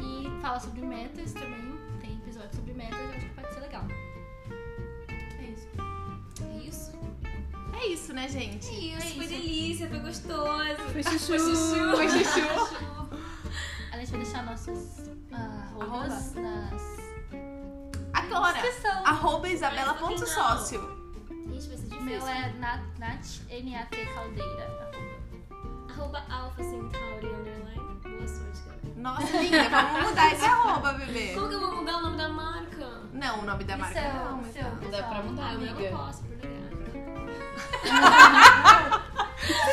Speaker 1: E fala sobre metas também. Tem episódio sobre metas, eu acho que pode ser legal. É isso.
Speaker 4: É isso.
Speaker 2: é isso, né, gente?
Speaker 4: Isso,
Speaker 1: é
Speaker 4: foi
Speaker 1: isso.
Speaker 4: delícia, foi gostoso.
Speaker 3: Foi chuchu.
Speaker 4: Foi chuchu.
Speaker 2: Foi chuchu.
Speaker 1: A gente vai deixar nossos arrobas
Speaker 2: Arroba.
Speaker 1: nas Ah,
Speaker 2: Agora,
Speaker 1: descrição.
Speaker 2: arroba isabela.sócio.
Speaker 4: Gente, vai ser difícil.
Speaker 1: O meu é Nat, Nat, N-A-T Caldeira. arroba.
Speaker 4: Arroba Alpha Centauri Underline. Boa sorte, galera.
Speaker 2: Nossa, linda, vamos mudar esse arroba,
Speaker 4: <laughs>
Speaker 2: bebê.
Speaker 4: Como que eu vou mudar o nome da marca?
Speaker 2: Não, o nome da
Speaker 1: E
Speaker 2: marca
Speaker 1: seu,
Speaker 2: não, mas
Speaker 1: seu,
Speaker 2: tá.
Speaker 3: Não dá pra
Speaker 1: pessoal?
Speaker 3: mudar,
Speaker 4: Ah, eu
Speaker 3: amiga.
Speaker 4: não posso, porque eu tô grávida.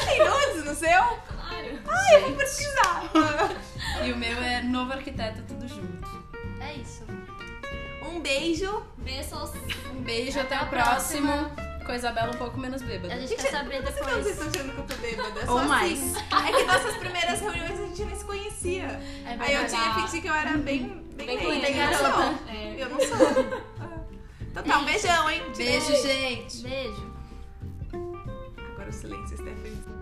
Speaker 2: Tem nudes no seu?
Speaker 4: Claro.
Speaker 2: Ai, eu vou precisar.
Speaker 3: E o meu é Novo Arquiteto Tudo Junto.
Speaker 1: É isso.
Speaker 2: Um beijo.
Speaker 4: Beijos.
Speaker 3: Um beijo, até,
Speaker 1: Até
Speaker 3: o
Speaker 1: a
Speaker 3: próximo. Com a Isabela um pouco menos
Speaker 1: A
Speaker 3: bêbada.
Speaker 1: gente quer saber
Speaker 2: Vocês não
Speaker 1: depois.
Speaker 2: estão achando que eu tô bêbada, é só
Speaker 3: Ou
Speaker 2: assim.
Speaker 3: mais.
Speaker 2: É que nossas primeiras reuniões a gente nem se conhecia.
Speaker 1: É
Speaker 2: Aí eu
Speaker 1: verdade.
Speaker 2: tinha que fingir que eu era bem, bem,
Speaker 4: Bem
Speaker 2: lady,
Speaker 1: bem
Speaker 2: eu não
Speaker 1: garota.
Speaker 2: sou. Eu não sou. Então tá, um beijão, hein?
Speaker 3: Beijo, gente!
Speaker 1: Beijo.
Speaker 2: Agora o silêncio, Stephanie.